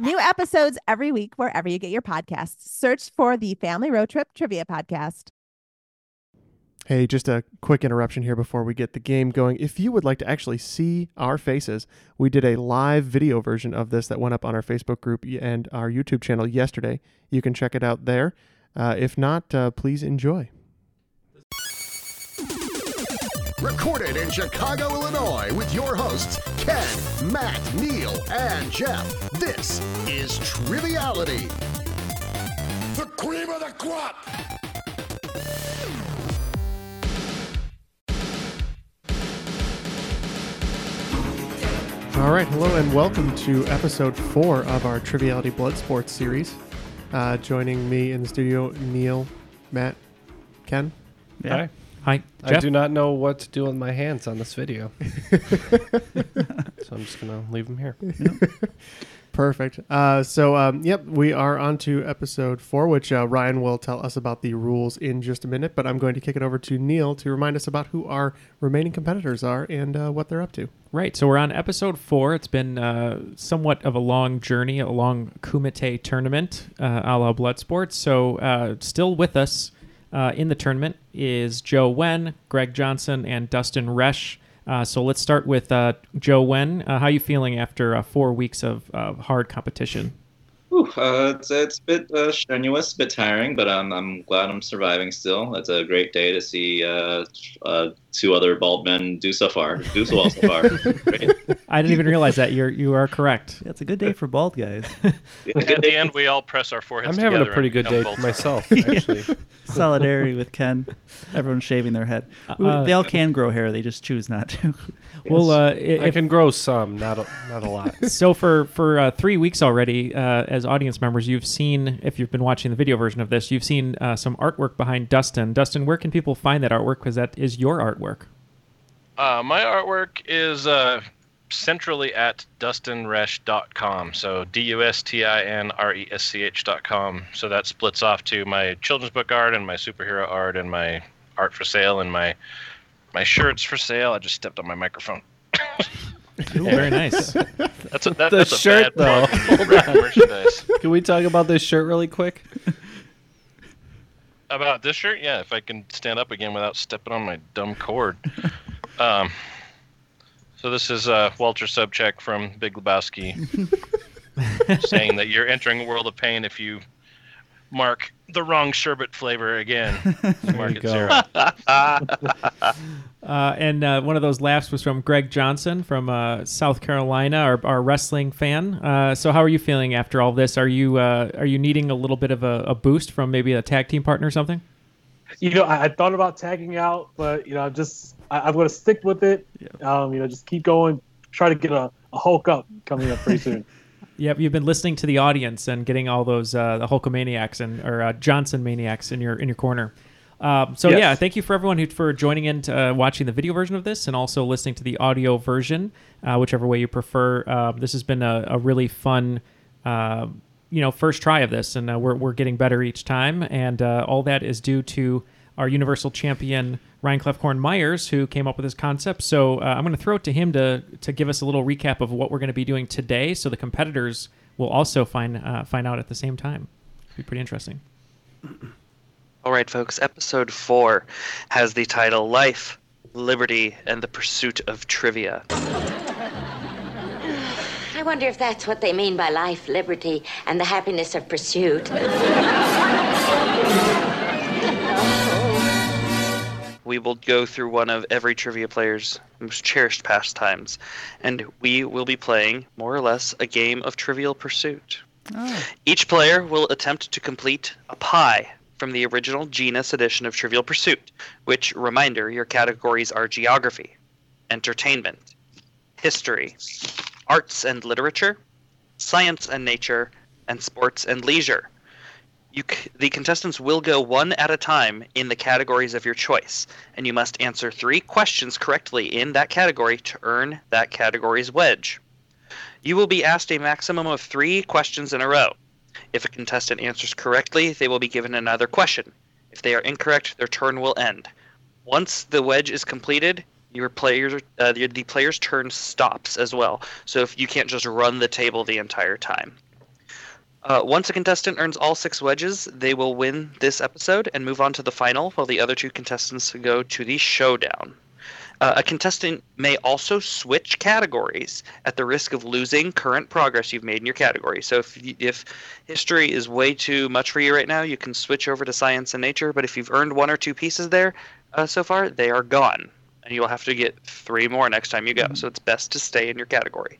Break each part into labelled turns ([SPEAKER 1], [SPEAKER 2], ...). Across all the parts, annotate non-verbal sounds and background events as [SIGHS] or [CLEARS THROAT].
[SPEAKER 1] New episodes every week wherever you get your podcasts. Search for the Family Road Trip Trivia Podcast.
[SPEAKER 2] Hey, just a quick interruption here before we get the game going. If you would like to actually see our faces, we did a live video version of this that went up on our Facebook group and our YouTube channel yesterday. You can check it out there. Uh, if not, uh, please enjoy.
[SPEAKER 3] Recorded in Chicago, Illinois, with your hosts, Ken, Matt, Neil, and Jeff. This is Triviality. The cream of the crop!
[SPEAKER 2] All right, hello and welcome to episode four of our Triviality Blood Sports series. Uh, joining me in the studio, Neil, Matt, Ken.
[SPEAKER 4] Yeah.
[SPEAKER 5] Hi,
[SPEAKER 4] I
[SPEAKER 5] Jeff.
[SPEAKER 4] do not know what to do with my hands on this video. [LAUGHS] so I'm just going to leave them here.
[SPEAKER 2] Perfect. Uh, so, um, yep, we are on to episode four, which uh, Ryan will tell us about the rules in just a minute. But I'm going to kick it over to Neil to remind us about who our remaining competitors are and uh, what they're up to.
[SPEAKER 5] Right, so we're on episode four. It's been uh, somewhat of a long journey, a long Kumite tournament uh, a la Bloodsport. So, uh, still with us uh, in the tournament is Joe Wen, Greg Johnson, and Dustin Resch. Uh, so, let's start with uh, Joe Wen. Uh, how you feeling after uh, four weeks of uh, hard competition?
[SPEAKER 6] Ooh, uh, it's, it's a bit uh, strenuous, a bit tiring, but um, I'm glad I'm surviving still. It's a great day to see uh, uh, two other bald men do so far, do so well
[SPEAKER 7] [LAUGHS]
[SPEAKER 6] so far. Great.
[SPEAKER 5] [LAUGHS] I didn't even realize that. You're, you are correct.
[SPEAKER 8] That's a good day for bald
[SPEAKER 9] [LAUGHS]
[SPEAKER 8] guys.
[SPEAKER 9] At the end, we all press our foreheads
[SPEAKER 4] I'm having a
[SPEAKER 9] together
[SPEAKER 4] pretty
[SPEAKER 9] and
[SPEAKER 4] good day
[SPEAKER 9] become bold. [LAUGHS]
[SPEAKER 4] myself, actually.
[SPEAKER 8] [LAUGHS] Solidarity with Ken. Everyone's shaving their head. We-
[SPEAKER 5] Uh,
[SPEAKER 8] they all can grow hair. They just choose not to. [LAUGHS]
[SPEAKER 5] Well, uh,
[SPEAKER 4] I
[SPEAKER 5] i- if
[SPEAKER 4] can grow some, not a, not a lot.
[SPEAKER 5] [LAUGHS] so for for uh, three weeks already, uh, as audience members, you've seen if you've been watching the video version of this, you've seen uh, some artwork behind Dustin. Dustin, where can people find that artwork? Because that is your artwork.
[SPEAKER 9] Uh, my artwork is uh, centrally at dustinresch.com. So D U S T I N R E S C H.com. So that splits off to my children's book art and my superhero art and my art for sale and my my shirts for sale. I just stepped on my microphone. [LAUGHS]
[SPEAKER 5] Very nice.
[SPEAKER 9] That's a, that,
[SPEAKER 4] The
[SPEAKER 9] that's a
[SPEAKER 4] shirt,
[SPEAKER 9] bad [LAUGHS]
[SPEAKER 4] though.
[SPEAKER 9] plug for merchandise.
[SPEAKER 4] [LAUGHS] Can we talk about this shirt really quick?
[SPEAKER 9] About this shirt, yeah. If I can stand up again without stepping on my dumb
[SPEAKER 4] [LAUGHS]
[SPEAKER 9] cord. um, so this is uh, Walter Subcheck from Big
[SPEAKER 4] [LAUGHS]
[SPEAKER 9] Lebowski, saying that you're entering a world of pain if you mark the wrong sherbet flavor
[SPEAKER 4] [LAUGHS]
[SPEAKER 9] again. Mark
[SPEAKER 4] you
[SPEAKER 9] it
[SPEAKER 4] go.
[SPEAKER 9] zero.
[SPEAKER 4] [LAUGHS]
[SPEAKER 5] Uh, and uh, one of those laughs was from Greg Johnson from uh, South Carolina, our, our wrestling fan. Uh, so how are you feeling after all this? Are you uh, are you needing a little bit of a, a boost from maybe a tag team partner or something?
[SPEAKER 10] you know, I, I thought about tagging out, but you know, I'm just I, I'm going to stick with it. Um, you know, just keep going. Try to get a, a Hulk up coming up pretty soon.
[SPEAKER 5] Yep, you've been listening to the audience and getting all those uh, the Hulkamaniacs and or uh, Johnson maniacs in your in your corner. Um, so
[SPEAKER 10] Yes.
[SPEAKER 5] yeah, thank you for everyone who for joining in to, uh, watching the video version of this and also listening to the audio version, uh, whichever way you prefer. Uh, this has been a, a really fun, uh, you know, first try of this, and uh, we're we're getting better each time, and uh, all that is due to our Universal champion Ryan Clefcorn Myers, who came up with this concept. So uh, I'm going to throw it to him to to give us a little recap of what we're going to be doing today, so the competitors will also find uh, find out at the same time. It'd be pretty interesting.
[SPEAKER 7] All right, folks, episode four has the title Life, Liberty, and the Pursuit of Trivia.
[SPEAKER 11] I
[SPEAKER 12] wonder if that's what they mean by life, liberty, and the happiness of pursuit.
[SPEAKER 7] We will go through one of every trivia player's most cherished pastimes, and we will be playing, more or less, a game of Trivial Pursuit. Each player will attempt to complete a pie from the original genus edition of Trivial Pursuit, which, reminder, your categories are geography, entertainment, history, arts and literature, science and nature, and sports and leisure. You c- the contestants will go one at a time in the categories of your choice, and you must answer three questions correctly in that category to earn that category's wedge. You will be asked a maximum of three questions in a row. If a contestant answers correctly, they will be given another question. If they are incorrect, their turn will end. Once the wedge is completed, your players, uh, the, the player's turn stops as well. So if you can't just run the table the entire time. Uh, once a contestant earns all six wedges, they will win this episode and move on to the final, while the other two contestants go to the showdown. Uh, a contestant may also switch categories at the risk of losing current progress you've made in your category. So if y- if history is way too much for you right now, you can switch over to science and nature. But if you've earned one or two pieces there uh, so far, they are gone, and you'll have to get three more next time you go. So it's best to stay in your category.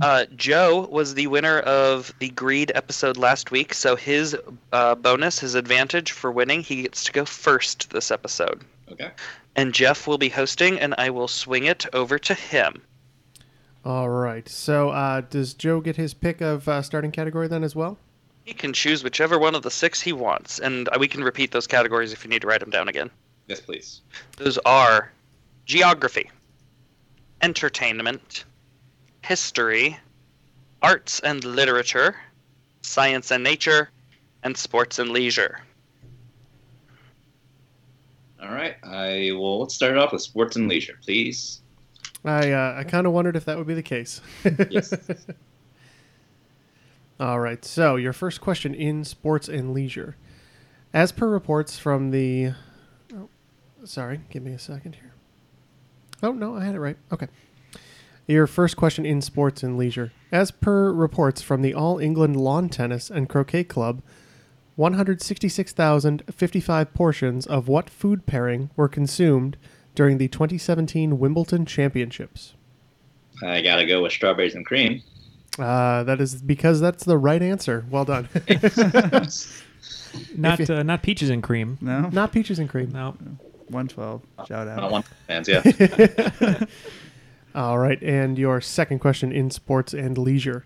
[SPEAKER 7] Uh, Joe was the winner of the greed episode last week, so his uh, bonus, his advantage for winning, he gets to go first this episode.
[SPEAKER 6] Okay.
[SPEAKER 7] And Jeff will be hosting, and I will swing it over to him.
[SPEAKER 2] All right. So uh, does Joe get his pick of uh, starting category then as well?
[SPEAKER 7] He can choose whichever one of the six he wants, and uh, we can repeat those categories if you need to write them down again.
[SPEAKER 6] Yes, please.
[SPEAKER 7] Those are geography, entertainment, history, arts and literature, science and nature, and sports and leisure.
[SPEAKER 6] All right. I will let's start it off with sports and leisure, please.
[SPEAKER 2] I uh, I kind of wondered if that would be the case. yes. [LAUGHS] All right. So your first question in sports and leisure, as per reports from the. Oh, sorry. Give me a second here. Oh no, I had it right. Okay. Your first question in sports and leisure, as per reports from the All England Lawn Tennis and Croquet Club. 166,055 portions of what food pairing were consumed during the 2017 Wimbledon Championships?
[SPEAKER 6] I gotta go with strawberries and cream.
[SPEAKER 2] Uh, that is because that's the right answer.
[SPEAKER 8] [LAUGHS]
[SPEAKER 2] Well done.
[SPEAKER 5] Not
[SPEAKER 2] If
[SPEAKER 5] uh, not peaches and cream.
[SPEAKER 8] No.
[SPEAKER 2] Not peaches and cream.
[SPEAKER 5] No.
[SPEAKER 8] 112. Shout out.
[SPEAKER 6] Not one fans, yeah.
[SPEAKER 2] [LAUGHS] All right, and your second question in sports and leisure.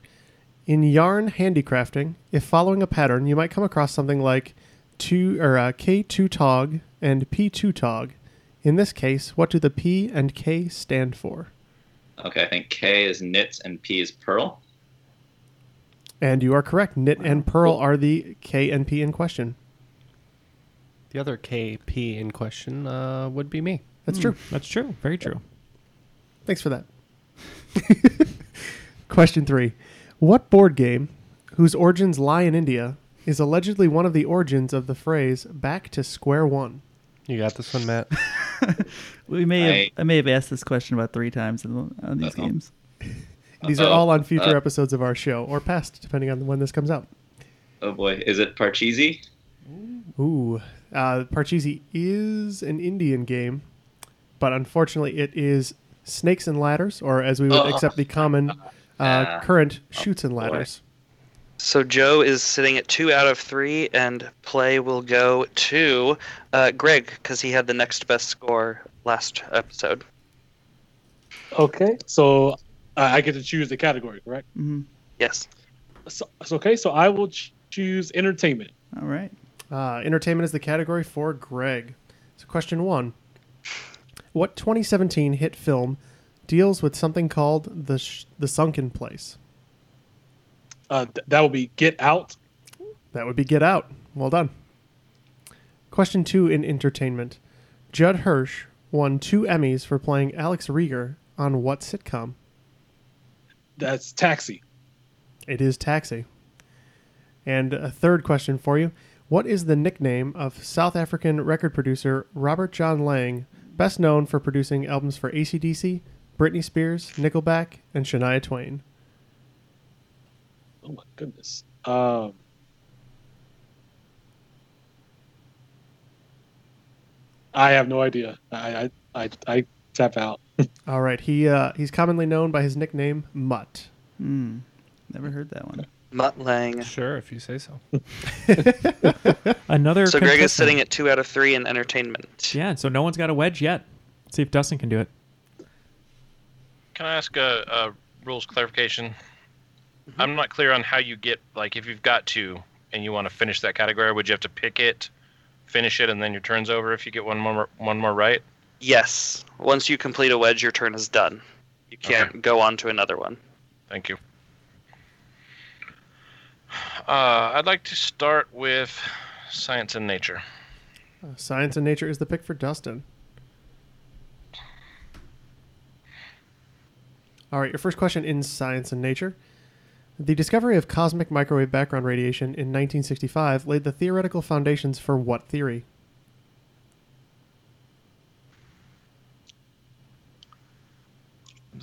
[SPEAKER 2] In yarn handicrafting, if following a pattern, you might come across something like two or uh, K2 tog and P2 tog. In this case, what do the P and K stand for?
[SPEAKER 6] Okay, I think K is knits and P is pearl.
[SPEAKER 2] And you are correct. Knit and pearl are the K and P in question.
[SPEAKER 4] The other KP in question uh, would be me.
[SPEAKER 2] That's true.
[SPEAKER 5] Hmm. That's true. Very true.
[SPEAKER 2] Thanks for that. [LAUGHS] Question three What board game, whose origins lie in India, is allegedly one of the origins of the phrase back to square one?
[SPEAKER 4] You got this one, Matt.
[SPEAKER 8] [LAUGHS] We may have, I may have asked this question about three times in, on these games.
[SPEAKER 2] These are all on
[SPEAKER 5] Uh,
[SPEAKER 2] future episodes of our show, or past, depending on when this comes out.
[SPEAKER 6] Oh boy, is it Parcheesi?
[SPEAKER 2] Ooh. Uh, Parcheesi is an Indian game, but unfortunately it is snakes and ladders, or as we would
[SPEAKER 7] Oh.
[SPEAKER 2] accept the common uh,
[SPEAKER 7] Ah.
[SPEAKER 2] current shoots and ladders.
[SPEAKER 7] So Joe is sitting at two out of three, and play will go to uh, Greg because he had the next best score last episode.
[SPEAKER 10] Okay, so I I get to choose the category, correct?
[SPEAKER 8] Mhm.
[SPEAKER 7] Yes.
[SPEAKER 10] So, so, okay, so I will ch- choose entertainment.
[SPEAKER 8] All right.
[SPEAKER 2] Uh, entertainment is the category for Greg. So, question one What 2017 hit film deals with something called the, sh- the sunken place?
[SPEAKER 10] Uh, th- that will be Get Out.
[SPEAKER 2] That would be Get Out. Well done. Question two in entertainment Judd Hirsch won two Emmys for playing Alex Rieger on what sitcom?
[SPEAKER 10] That's Taxi.
[SPEAKER 2] It is Taxi. And a third question for you. What is the nickname of South African record producer Robert John Lang, best known for producing albums for ACDC, Britney Spears, Nickelback, and Shania Twain?
[SPEAKER 10] Oh my goodness. Um, I have no idea. I I I, I tap out.
[SPEAKER 2] All right. He uh, he's commonly known by his nickname Mutt.
[SPEAKER 8] Hmm. Never heard that one.
[SPEAKER 7] Mutt Lang.
[SPEAKER 4] Sure, if you say so.
[SPEAKER 5] [LAUGHS] Another.
[SPEAKER 7] So Greg is
[SPEAKER 5] contestant.
[SPEAKER 7] sitting at two out of three in entertainment.
[SPEAKER 5] Yeah, so no one's got a wedge yet. Let's see if Dustin can do it.
[SPEAKER 9] Can I ask a, a rules clarification? I'm not clear on how you get like if you've got two and you want to finish that category, would you have to pick it, finish it, and then your turn's over if you get one more one more right?
[SPEAKER 7] Yes. Once you complete a wedge, your turn is done. You can't go on to another one.
[SPEAKER 9] Thank you. [SIGHS] Uh, I'd like to start with science and nature.
[SPEAKER 2] Uh, Science and nature is the pick for Dustin. All right, your first question in Science and Nature. The discovery of cosmic microwave background radiation in 1965 laid the theoretical foundations for what theory?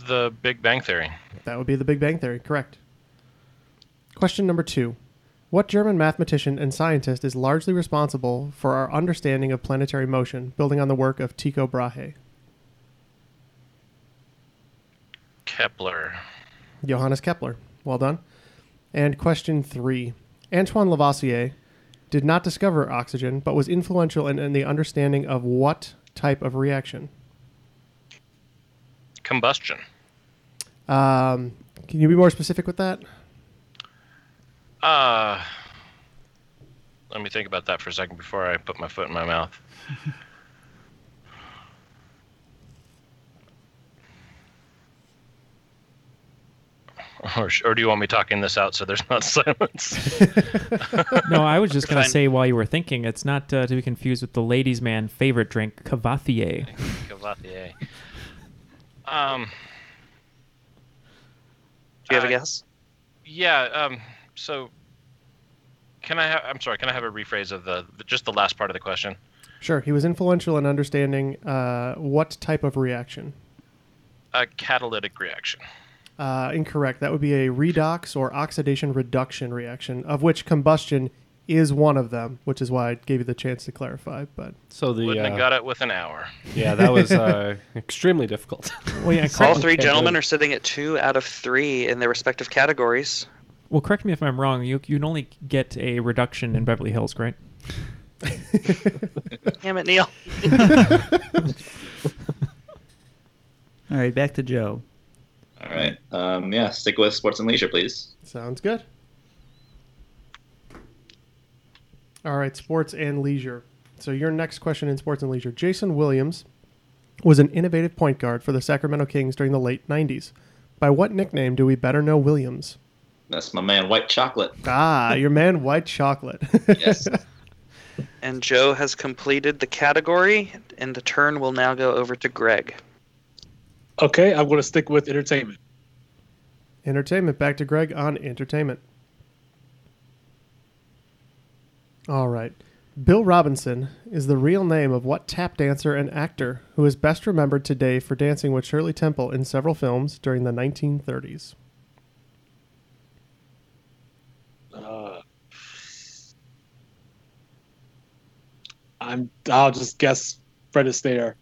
[SPEAKER 9] The Big Bang Theory.
[SPEAKER 2] That would be the Big Bang Theory, correct. Question number two What German mathematician and scientist is largely responsible for our understanding of planetary motion, building on the work of Tycho Brahe?
[SPEAKER 9] Kepler.
[SPEAKER 2] Johannes Kepler. Well done. And question three Antoine Lavoisier did not discover oxygen, but was influential in, in the understanding of what type of reaction?
[SPEAKER 9] Combustion.
[SPEAKER 2] Um, can you be more specific with that?
[SPEAKER 9] Uh, let me think about that for a second before I put my foot in my mouth. [LAUGHS] or, sh- or do you want me talking this out so there's not [LAUGHS] silence?
[SPEAKER 5] [LAUGHS] No, I was just going to
[SPEAKER 9] Fine.
[SPEAKER 5] say while you were thinking, it's not uh, to be confused with the ladies' man favorite drink, Cavathier.
[SPEAKER 9] Cavatier. Um,
[SPEAKER 7] Do you have a guess?
[SPEAKER 9] yeah. Um, so, can I? Ha- I'm sorry. Can I have a rephrase of the just the last part of the question?
[SPEAKER 2] Sure. He was influential in understanding uh, what type of reaction?
[SPEAKER 9] A catalytic reaction.
[SPEAKER 2] Uh, incorrect. That would be a redox or oxidation reduction reaction, of which combustion is one of them, which is why I gave you the chance to clarify. But
[SPEAKER 4] So the
[SPEAKER 9] Wouldn't
[SPEAKER 4] uh,
[SPEAKER 9] have got it with an hour.
[SPEAKER 4] Yeah, that was
[SPEAKER 9] [LAUGHS]
[SPEAKER 4] uh, extremely difficult.
[SPEAKER 5] Well, yeah,
[SPEAKER 7] All
[SPEAKER 5] correct-
[SPEAKER 7] three gentlemen are sitting at two out of three in their respective categories.
[SPEAKER 5] [LAUGHS] Well, correct me if I'm wrong. You you can only get a reduction in Beverly Hills, right?
[SPEAKER 7] Damn it,
[SPEAKER 5] [LAUGHS]
[SPEAKER 7] Neil.
[SPEAKER 8] All right, back to Joe.
[SPEAKER 6] All right. Um, yeah, stick with sports and leisure, please.
[SPEAKER 2] sounds good. All right, sports and leisure. So your next question in sports and leisure, Jason Williams was an innovative point guard for the Sacramento Kings during the late 90s. By what nickname do we better know Williams?
[SPEAKER 6] That's my man, White Chocolate.
[SPEAKER 2] Ah, your man White Chocolate. [LAUGHS]
[SPEAKER 7] And Joe has completed the category, and the turn will now go over to Greg.
[SPEAKER 10] Okay, I'm going to stick with entertainment.
[SPEAKER 2] Entertainment. Back to Greg on entertainment. All right. Bill Robinson is the real name of what tap dancer and actor who is best remembered today for dancing with Shirley Temple in several films during the 1930s?
[SPEAKER 10] Uh, I'm. I'll just guess Fred Astaire.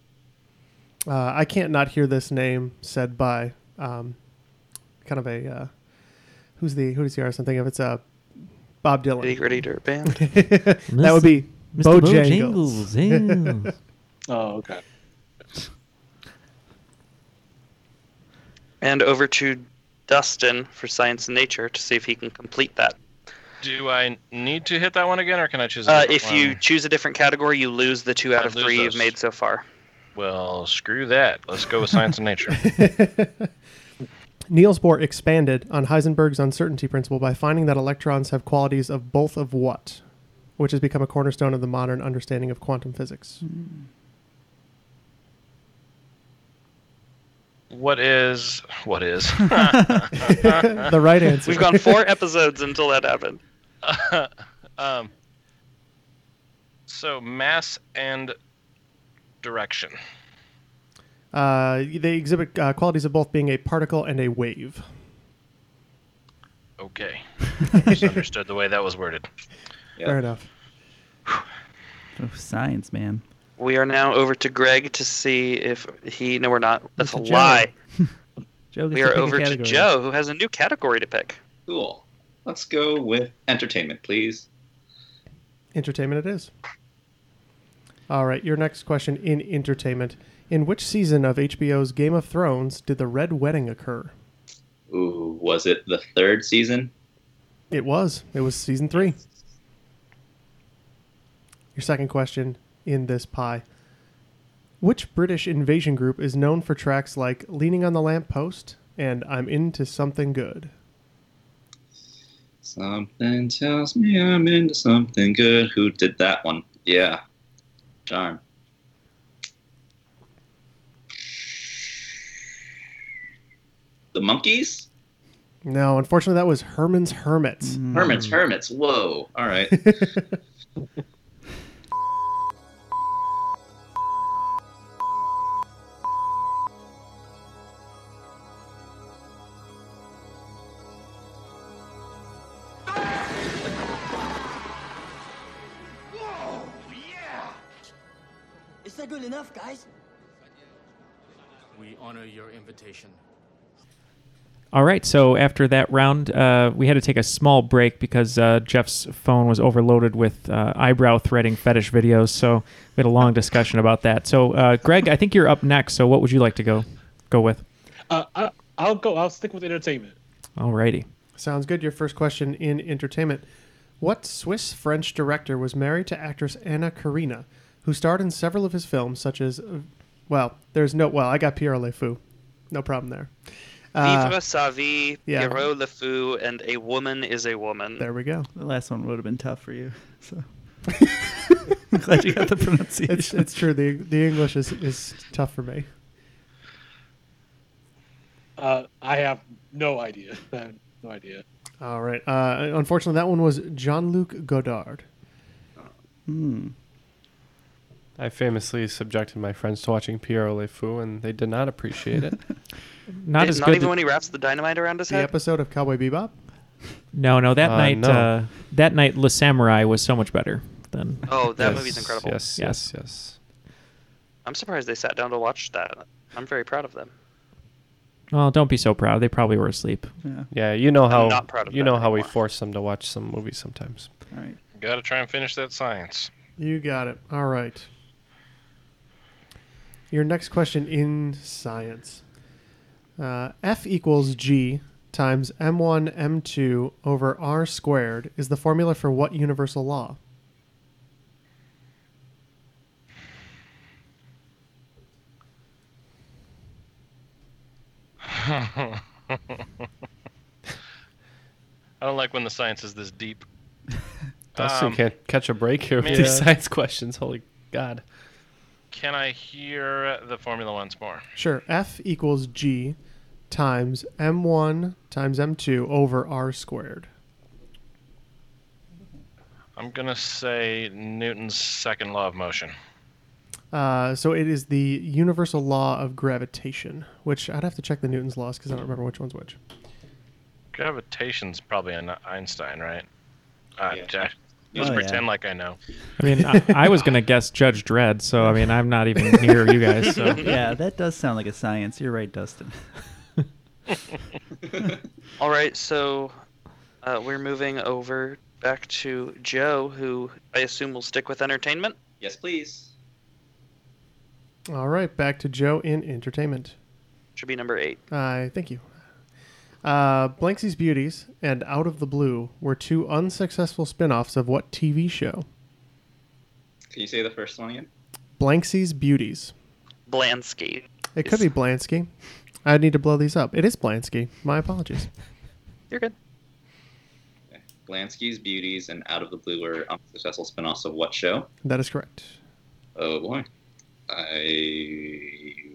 [SPEAKER 2] Uh, I can't not hear this name said by um, kind of a uh, who's the who does the artist I'm thinking of? It's uh, Bob Dylan.
[SPEAKER 7] Nitty Gritty Dirt Band.
[SPEAKER 2] [LAUGHS] that would be
[SPEAKER 5] Mr.
[SPEAKER 2] Bojangles. [LAUGHS]
[SPEAKER 5] Bojangles,
[SPEAKER 2] Hmm.
[SPEAKER 5] yeah.
[SPEAKER 10] Oh, okay.
[SPEAKER 7] And over to Dustin for Science and Nature to see if he can complete that.
[SPEAKER 9] Do I need to hit that one again, or can I choose? A
[SPEAKER 7] Uh,
[SPEAKER 9] different
[SPEAKER 7] if you
[SPEAKER 9] one?
[SPEAKER 7] choose a different category, you lose the two out of
[SPEAKER 9] lose
[SPEAKER 7] three
[SPEAKER 9] those.
[SPEAKER 7] you've made so far.
[SPEAKER 9] well, screw that. Let's go with science and nature.
[SPEAKER 2] Niels Bohr expanded on Heisenberg's uncertainty principle by finding that electrons have qualities of both of what, which has become a cornerstone of the modern understanding of quantum physics.
[SPEAKER 9] What is
[SPEAKER 7] [LAUGHS]
[SPEAKER 9] what is
[SPEAKER 2] The right answer.
[SPEAKER 7] We've gone four episodes until that happened.
[SPEAKER 9] [LAUGHS] um, so mass and direction.
[SPEAKER 2] Uh, they exhibit uh, qualities of both being a particle and a wave.
[SPEAKER 9] Okay. I
[SPEAKER 2] [LAUGHS]
[SPEAKER 9] just understood the way that was worded.
[SPEAKER 2] Fair enough.
[SPEAKER 8] Oh, science, man.
[SPEAKER 7] We are now over to Greg to see if he. No, we're not. That's a
[SPEAKER 8] Joe.
[SPEAKER 7] lie.
[SPEAKER 8] Joe gets
[SPEAKER 7] we
[SPEAKER 8] to
[SPEAKER 7] are
[SPEAKER 8] pick a
[SPEAKER 7] over to
[SPEAKER 8] category.
[SPEAKER 7] Joe, who has a new category to pick.
[SPEAKER 6] Cool. Let's go with entertainment, please.
[SPEAKER 2] Entertainment it is. All right, your next question in entertainment. In which season of HBO's Game of Thrones did the Red Wedding occur?
[SPEAKER 6] Ooh, was it the third season?
[SPEAKER 2] It was. It was season three. Your second question in this pie. Which British invasion group is known for tracks like Leaning on the Lamp Post and I'm Into Something Good?
[SPEAKER 6] Something tells me I'm into something good. Who did that one? Yeah. Darn. The monkeys?
[SPEAKER 2] No, unfortunately, that was Herman's Hermits.
[SPEAKER 6] Mm. Hermits, hermits. Whoa. All right.
[SPEAKER 13] Is that good enough, guys?
[SPEAKER 14] We honor your invitation.
[SPEAKER 5] All right. So after that round, uh, we had to take a small break because uh, Jeff's phone was overloaded with uh, eyebrow threading fetish videos. So we had a long discussion about that. So uh, Greg, I think you're up next. So what would you like to go go with?
[SPEAKER 10] Uh, [LAUGHS] I, I'll go. I'll stick with entertainment.
[SPEAKER 5] Alrighty.
[SPEAKER 2] Sounds good. Your first question in entertainment. What Swiss French director was married to actress Anna Karina, who starred in several of his films, such as, uh, well, there's no, well, I got Pierre Le Fou. No problem there. Uh,
[SPEAKER 7] Vivre sa vie,
[SPEAKER 8] [LAUGHS]
[SPEAKER 2] yeah.
[SPEAKER 7] Pierrot Le Fou, and A Woman is a Woman.
[SPEAKER 2] there we go.
[SPEAKER 8] The last one would have been tough for you.
[SPEAKER 2] [LAUGHS]
[SPEAKER 8] So I'm glad you got the pronunciation.
[SPEAKER 2] It's, it's true. The, the English is, is tough for me.
[SPEAKER 10] Uh, I have no idea. [LAUGHS] I have no idea.
[SPEAKER 2] All right. Uh, unfortunately, that one was Jean Luc Godard.
[SPEAKER 8] Hmm.
[SPEAKER 4] I famously subjected my friends to watching Pierre Le Fou, and they did not appreciate it.
[SPEAKER 5] Not
[SPEAKER 7] Did-
[SPEAKER 5] as
[SPEAKER 7] not
[SPEAKER 5] good.
[SPEAKER 7] even when he wraps the dynamite around his
[SPEAKER 2] The
[SPEAKER 7] head.
[SPEAKER 2] episode of Cowboy Bebop.
[SPEAKER 5] no, no. That
[SPEAKER 4] Uh,
[SPEAKER 5] night,
[SPEAKER 4] no.
[SPEAKER 5] Uh, that night, Le Samurai was so much better than.
[SPEAKER 7] Oh, that
[SPEAKER 4] Yes,
[SPEAKER 7] movie's incredible.
[SPEAKER 4] Yes, yes, yes.
[SPEAKER 7] I'm surprised they sat down to watch that. I'm very proud of them.
[SPEAKER 5] Well, don't be so proud. They probably were asleep.
[SPEAKER 8] Yeah.
[SPEAKER 4] Yeah, you know how
[SPEAKER 7] not proud of
[SPEAKER 4] you
[SPEAKER 7] that
[SPEAKER 4] know how we force them to watch some movies sometimes.
[SPEAKER 8] All right.
[SPEAKER 9] Got to try and finish that science.
[SPEAKER 2] You got it. All right. Your next question in science. Uh, F equals G times M1 M2 over R squared is the formula for what universal law?
[SPEAKER 9] I don't like when the science is this deep.
[SPEAKER 4] Dustin
[SPEAKER 9] Um, uh,
[SPEAKER 4] can't catch a break here with
[SPEAKER 9] yeah.
[SPEAKER 4] these science questions. Holy God!
[SPEAKER 9] Can I hear the formula once more?
[SPEAKER 2] Sure. F equals G times M1 times M2 over R squared.
[SPEAKER 9] I'm gonna say Newton's second law of motion.
[SPEAKER 2] Uh, so it is the universal law of gravitation, which I'd have to check the Newton's laws because I don't remember which one's which.
[SPEAKER 9] Gravitation's probably an Einstein, right? Uh, Jack, let's
[SPEAKER 5] Oh, yeah.
[SPEAKER 9] pretend like I know.
[SPEAKER 5] I mean, I, I was gonna guess Judge Dredd. So I mean, I'm not even near you guys. So
[SPEAKER 8] [LAUGHS] yeah, that does sound like a science. You're right, Dustin.
[SPEAKER 7] All right, so uh, we're moving over back to Joe, who I assume will stick with entertainment.
[SPEAKER 6] Yes, please.
[SPEAKER 2] All right, back to Joe in entertainment.
[SPEAKER 7] Should be number eight.
[SPEAKER 2] I thank you. Uh, Blanksy's Beauties and Out of the Blue were two unsuccessful spin offs of what TV show?
[SPEAKER 6] Can you say the first one again?
[SPEAKER 2] Blanksy's Beauties.
[SPEAKER 7] Blansky.
[SPEAKER 2] It could be Blansky. I need to blow these up. It is Blansky. My apologies.
[SPEAKER 7] You're good.
[SPEAKER 6] Blansky's Beauties and Out of the Blue were unsuccessful spin-offs of what show?
[SPEAKER 2] That is correct.
[SPEAKER 6] Oh boy. I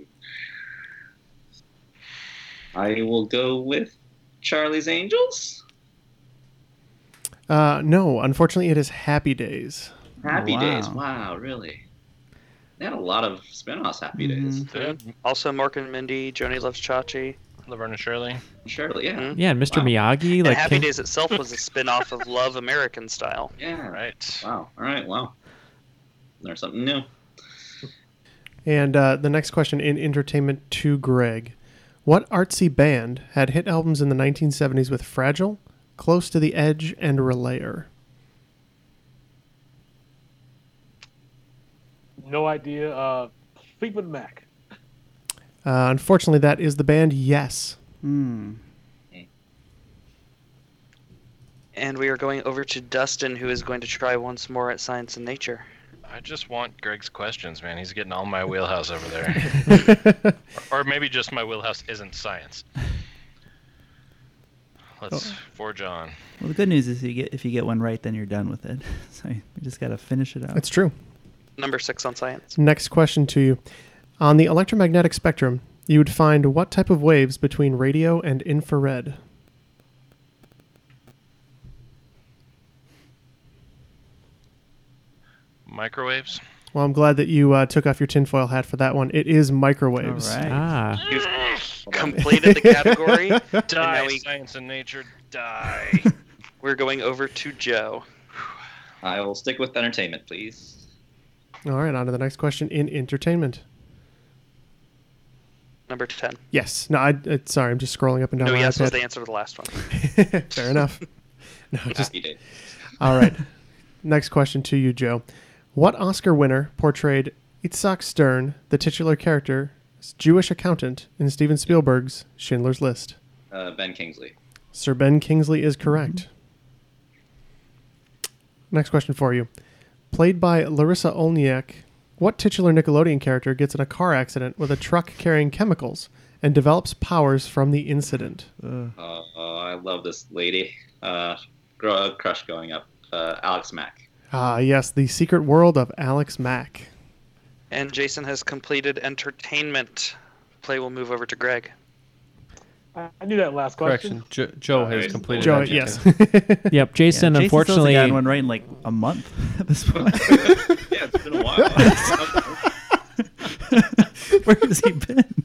[SPEAKER 6] I will go with Charlie's Angels.
[SPEAKER 2] Uh, no, unfortunately, it is Happy Days.
[SPEAKER 6] Happy Days. Wow, really.
[SPEAKER 7] Mm-hmm.
[SPEAKER 6] They had a lot of spin-offs Happy Days.
[SPEAKER 7] Also, Mark and Mindy, Joni Loves Chachi. Mm-hmm.
[SPEAKER 9] Laverne and Shirley.
[SPEAKER 6] Shirley, yeah.
[SPEAKER 5] Yeah, and Mr. Miyagi, like
[SPEAKER 7] and Happy
[SPEAKER 5] King-
[SPEAKER 8] [LAUGHS]
[SPEAKER 7] Days itself was a spin-off of Love American Style.
[SPEAKER 6] [LAUGHS] Yeah. Right. Wow. All right. Wow. There's something new.
[SPEAKER 2] And uh, the next question in entertainment to Greg. What artsy band had hit albums in the 1970s with Fragile, Close to the Edge, and Relayer?
[SPEAKER 10] No idea. Uh, Fleetwood Mac.
[SPEAKER 2] Uh, unfortunately, that is the band Yes.
[SPEAKER 7] Hmm. And we are going over to Dustin, who is going to try once more at Science and Nature.
[SPEAKER 9] I just want Greg's questions, man. He's getting all my wheelhouse over
[SPEAKER 5] [LAUGHS]
[SPEAKER 9] there. or, or maybe just my wheelhouse isn't science. Let's
[SPEAKER 5] Oh.
[SPEAKER 9] forge on.
[SPEAKER 8] Well, the good news is you get if you get one right, then you're done with it. [LAUGHS] So you just got to finish it out.
[SPEAKER 2] That's true.
[SPEAKER 7] Number six on science.
[SPEAKER 2] Next question to you. On the electromagnetic spectrum, you would find what type of waves between radio and infrared?
[SPEAKER 9] Microwaves.
[SPEAKER 2] Well, I'm glad that you uh, took off your tinfoil hat for that one. It is microwaves.
[SPEAKER 9] All right.
[SPEAKER 5] Ah.
[SPEAKER 7] You've completed the
[SPEAKER 2] [LAUGHS]
[SPEAKER 7] category. and
[SPEAKER 9] Die,
[SPEAKER 7] now we-
[SPEAKER 9] science and nature, die.
[SPEAKER 6] [LAUGHS]
[SPEAKER 7] We're going over to Joe.
[SPEAKER 6] I will stick with entertainment, please.
[SPEAKER 2] All right, on to the next question in entertainment.
[SPEAKER 7] [LAUGHS] Number 10.
[SPEAKER 2] Yes. No, I, uh, sorry, I'm just scrolling up and down.
[SPEAKER 7] no,
[SPEAKER 2] my
[SPEAKER 7] yes was
[SPEAKER 2] iPad.
[SPEAKER 7] the answer to the last one.
[SPEAKER 2] [LAUGHS] Fair enough. [LAUGHS] No, just,
[SPEAKER 7] Happy days.
[SPEAKER 2] all
[SPEAKER 6] [LAUGHS]
[SPEAKER 2] right. Next question to you, Joe. What Oscar winner portrayed Itzhak Stern, the titular character, Jewish accountant in Steven Spielberg's Schindler's List?
[SPEAKER 6] Uh, ben Kingsley.
[SPEAKER 2] Sir Ben Kingsley is correct. Next question for you. Played by Larissa Olniak, what titular Nickelodeon character gets in a car accident with a truck carrying chemicals and develops powers from the incident?
[SPEAKER 6] Uh, uh, I love this lady. Uh, grow, uh, crush going up. Uh, Alex Mack.
[SPEAKER 2] Ah, yes, The Secret World of Alex Mack.
[SPEAKER 7] And Jason has completed entertainment. Play will move over to Greg.
[SPEAKER 10] I I knew that last question.
[SPEAKER 4] Correction. Jo- Joe has completed.
[SPEAKER 2] Joe,
[SPEAKER 4] that
[SPEAKER 2] yes. [LAUGHS]
[SPEAKER 4] objective.
[SPEAKER 5] Yep, Jason,
[SPEAKER 8] Yeah, Jason's also
[SPEAKER 5] unfortunately.
[SPEAKER 8] gotten one right in like a month [LAUGHS] at this
[SPEAKER 5] [LAUGHS]
[SPEAKER 8] point.
[SPEAKER 6] yeah, it's been
[SPEAKER 8] [LAUGHS]
[SPEAKER 6] a while.
[SPEAKER 8] Where has he been?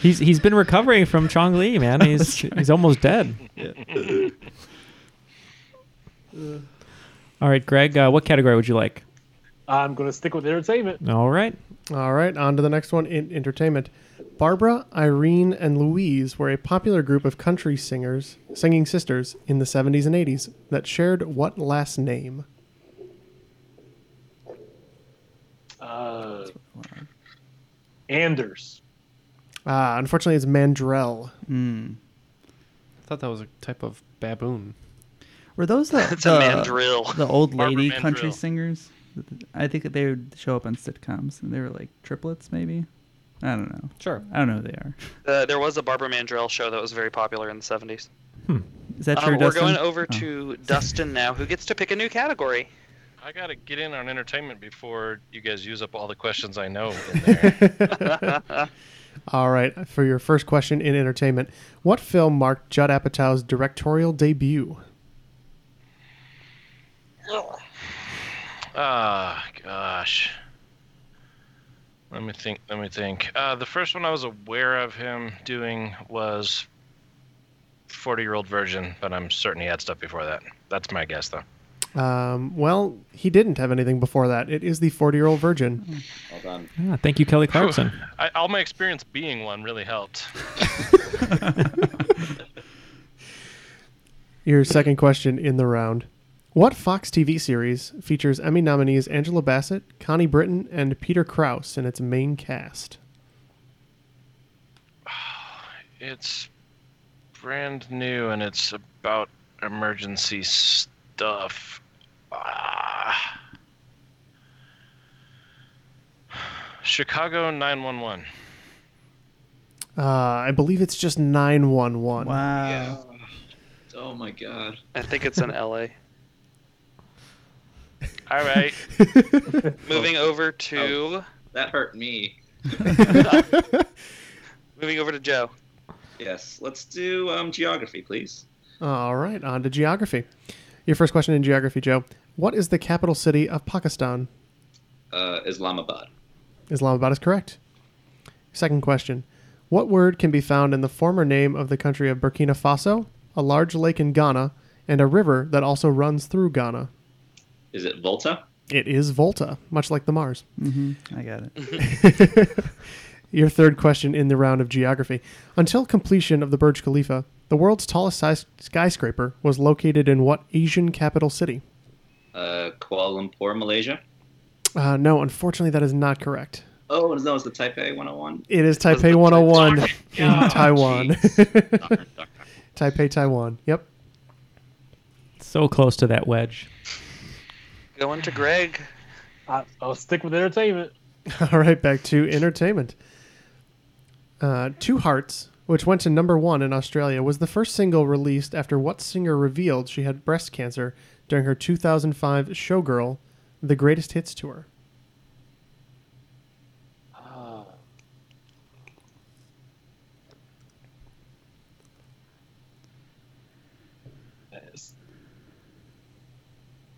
[SPEAKER 5] He's he's been recovering from Chong Li,
[SPEAKER 8] [LAUGHS]
[SPEAKER 5] man. He's he's almost dead. All right, Greg, uh, what category would you like?
[SPEAKER 10] [LAUGHS] I'm going to stick with entertainment.
[SPEAKER 5] All right.
[SPEAKER 2] All right, on to the next one in entertainment. Barbara, Irene, and Louise were a popular group of country singers, singing sisters in the 70s and 80s that shared what last name?
[SPEAKER 10] Uh, Anders.
[SPEAKER 2] Ah, unfortunately, it's Mandrell.
[SPEAKER 8] Hmm.
[SPEAKER 4] I thought that was a type of baboon.
[SPEAKER 8] Were those
[SPEAKER 4] [LAUGHS]
[SPEAKER 8] the
[SPEAKER 4] That's a
[SPEAKER 8] the,
[SPEAKER 4] mandrill.
[SPEAKER 8] the old
[SPEAKER 4] Barbara
[SPEAKER 8] lady
[SPEAKER 4] mandrill.
[SPEAKER 8] country singers? I think that they would show up on sitcoms, and they were like triplets, maybe. I don't know.
[SPEAKER 4] Sure.
[SPEAKER 8] I don't know who they are.
[SPEAKER 7] Uh, there was a Barbara Mandrell show that was very popular in the 70s.
[SPEAKER 8] Is that
[SPEAKER 7] Um,
[SPEAKER 8] true,
[SPEAKER 7] we're
[SPEAKER 8] Dustin?
[SPEAKER 7] going over
[SPEAKER 8] Oh.
[SPEAKER 7] to Dustin now, who gets to pick a new category.
[SPEAKER 9] I gotta get in on entertainment before you guys use up all the questions I know
[SPEAKER 5] [LAUGHS]
[SPEAKER 9] in there.
[SPEAKER 2] All right, for your first question in entertainment, what film marked Judd Apatow's directorial debut?
[SPEAKER 9] Ah, gosh. Let me think. Let me think. Uh, the first one I was aware of him doing was 40 Year Old Virgin, but I'm certain he had stuff before that. That's my guess, though.
[SPEAKER 2] Um, well, he didn't have anything before that. It is the 40 year old virgin.
[SPEAKER 6] Well done.
[SPEAKER 5] Ah, thank you, Kelly Clarkson.
[SPEAKER 9] I, all my experience being one really
[SPEAKER 5] [LAUGHS]
[SPEAKER 9] helped.
[SPEAKER 2] [LAUGHS] Your second question in the round. What Fox TV series features Emmy nominees Angela Bassett, Connie Britton, and Peter Krause in its main cast?
[SPEAKER 9] It's brand new and it's about emergency stuff. Ah. Chicago 911.
[SPEAKER 2] Uh, I believe it's just 911.
[SPEAKER 8] Wow.
[SPEAKER 6] [LAUGHS] Oh my god.
[SPEAKER 7] I think it's
[SPEAKER 8] [LAUGHS]
[SPEAKER 7] in LA.
[SPEAKER 9] All right.
[SPEAKER 7] Moving
[SPEAKER 8] Oh.
[SPEAKER 7] over to.
[SPEAKER 6] Oh. That
[SPEAKER 2] [LAUGHS]
[SPEAKER 6] hurt me.
[SPEAKER 7] Moving over to Joe.
[SPEAKER 6] Yes. Let's do um, geography, please.
[SPEAKER 2] All right, on to geography. Your first question in geography, Joe. What is the capital city of Pakistan?
[SPEAKER 6] Uh, Islamabad.
[SPEAKER 2] Islamabad is correct. Second question What word can be found in the former name of the country of Burkina Faso, a large lake in Ghana, and a river that also runs through Ghana?
[SPEAKER 6] Is it Volta?
[SPEAKER 2] It is Volta, much like the Mars.
[SPEAKER 8] Mm-hmm. I got it.
[SPEAKER 2] [LAUGHS] Your third question in the round of geography. Until completion of the Burj Khalifa, the world's tallest skys- skyscraper was located in what Asian capital city?
[SPEAKER 6] Uh, Kuala Lumpur, Malaysia.
[SPEAKER 2] Uh, no, unfortunately, that is not correct.
[SPEAKER 6] Oh, no, it's the Taipei 101.
[SPEAKER 2] It is Taipei 101 [LAUGHS] in
[SPEAKER 6] Yeah,
[SPEAKER 2] Taiwan. [LAUGHS]
[SPEAKER 6] jeez.
[SPEAKER 2] Taipei, Taiwan. Yep.
[SPEAKER 5] So close to that wedge.
[SPEAKER 7] Going to Greg.
[SPEAKER 10] I, I'll stick with entertainment.
[SPEAKER 2] [LAUGHS] All right, back to entertainment. Uh, Two Hearts, which went to number one in Australia, was the first single released after what singer revealed she had breast cancer during her 2005 Showgirl, The Greatest Hits Tour?
[SPEAKER 10] It's,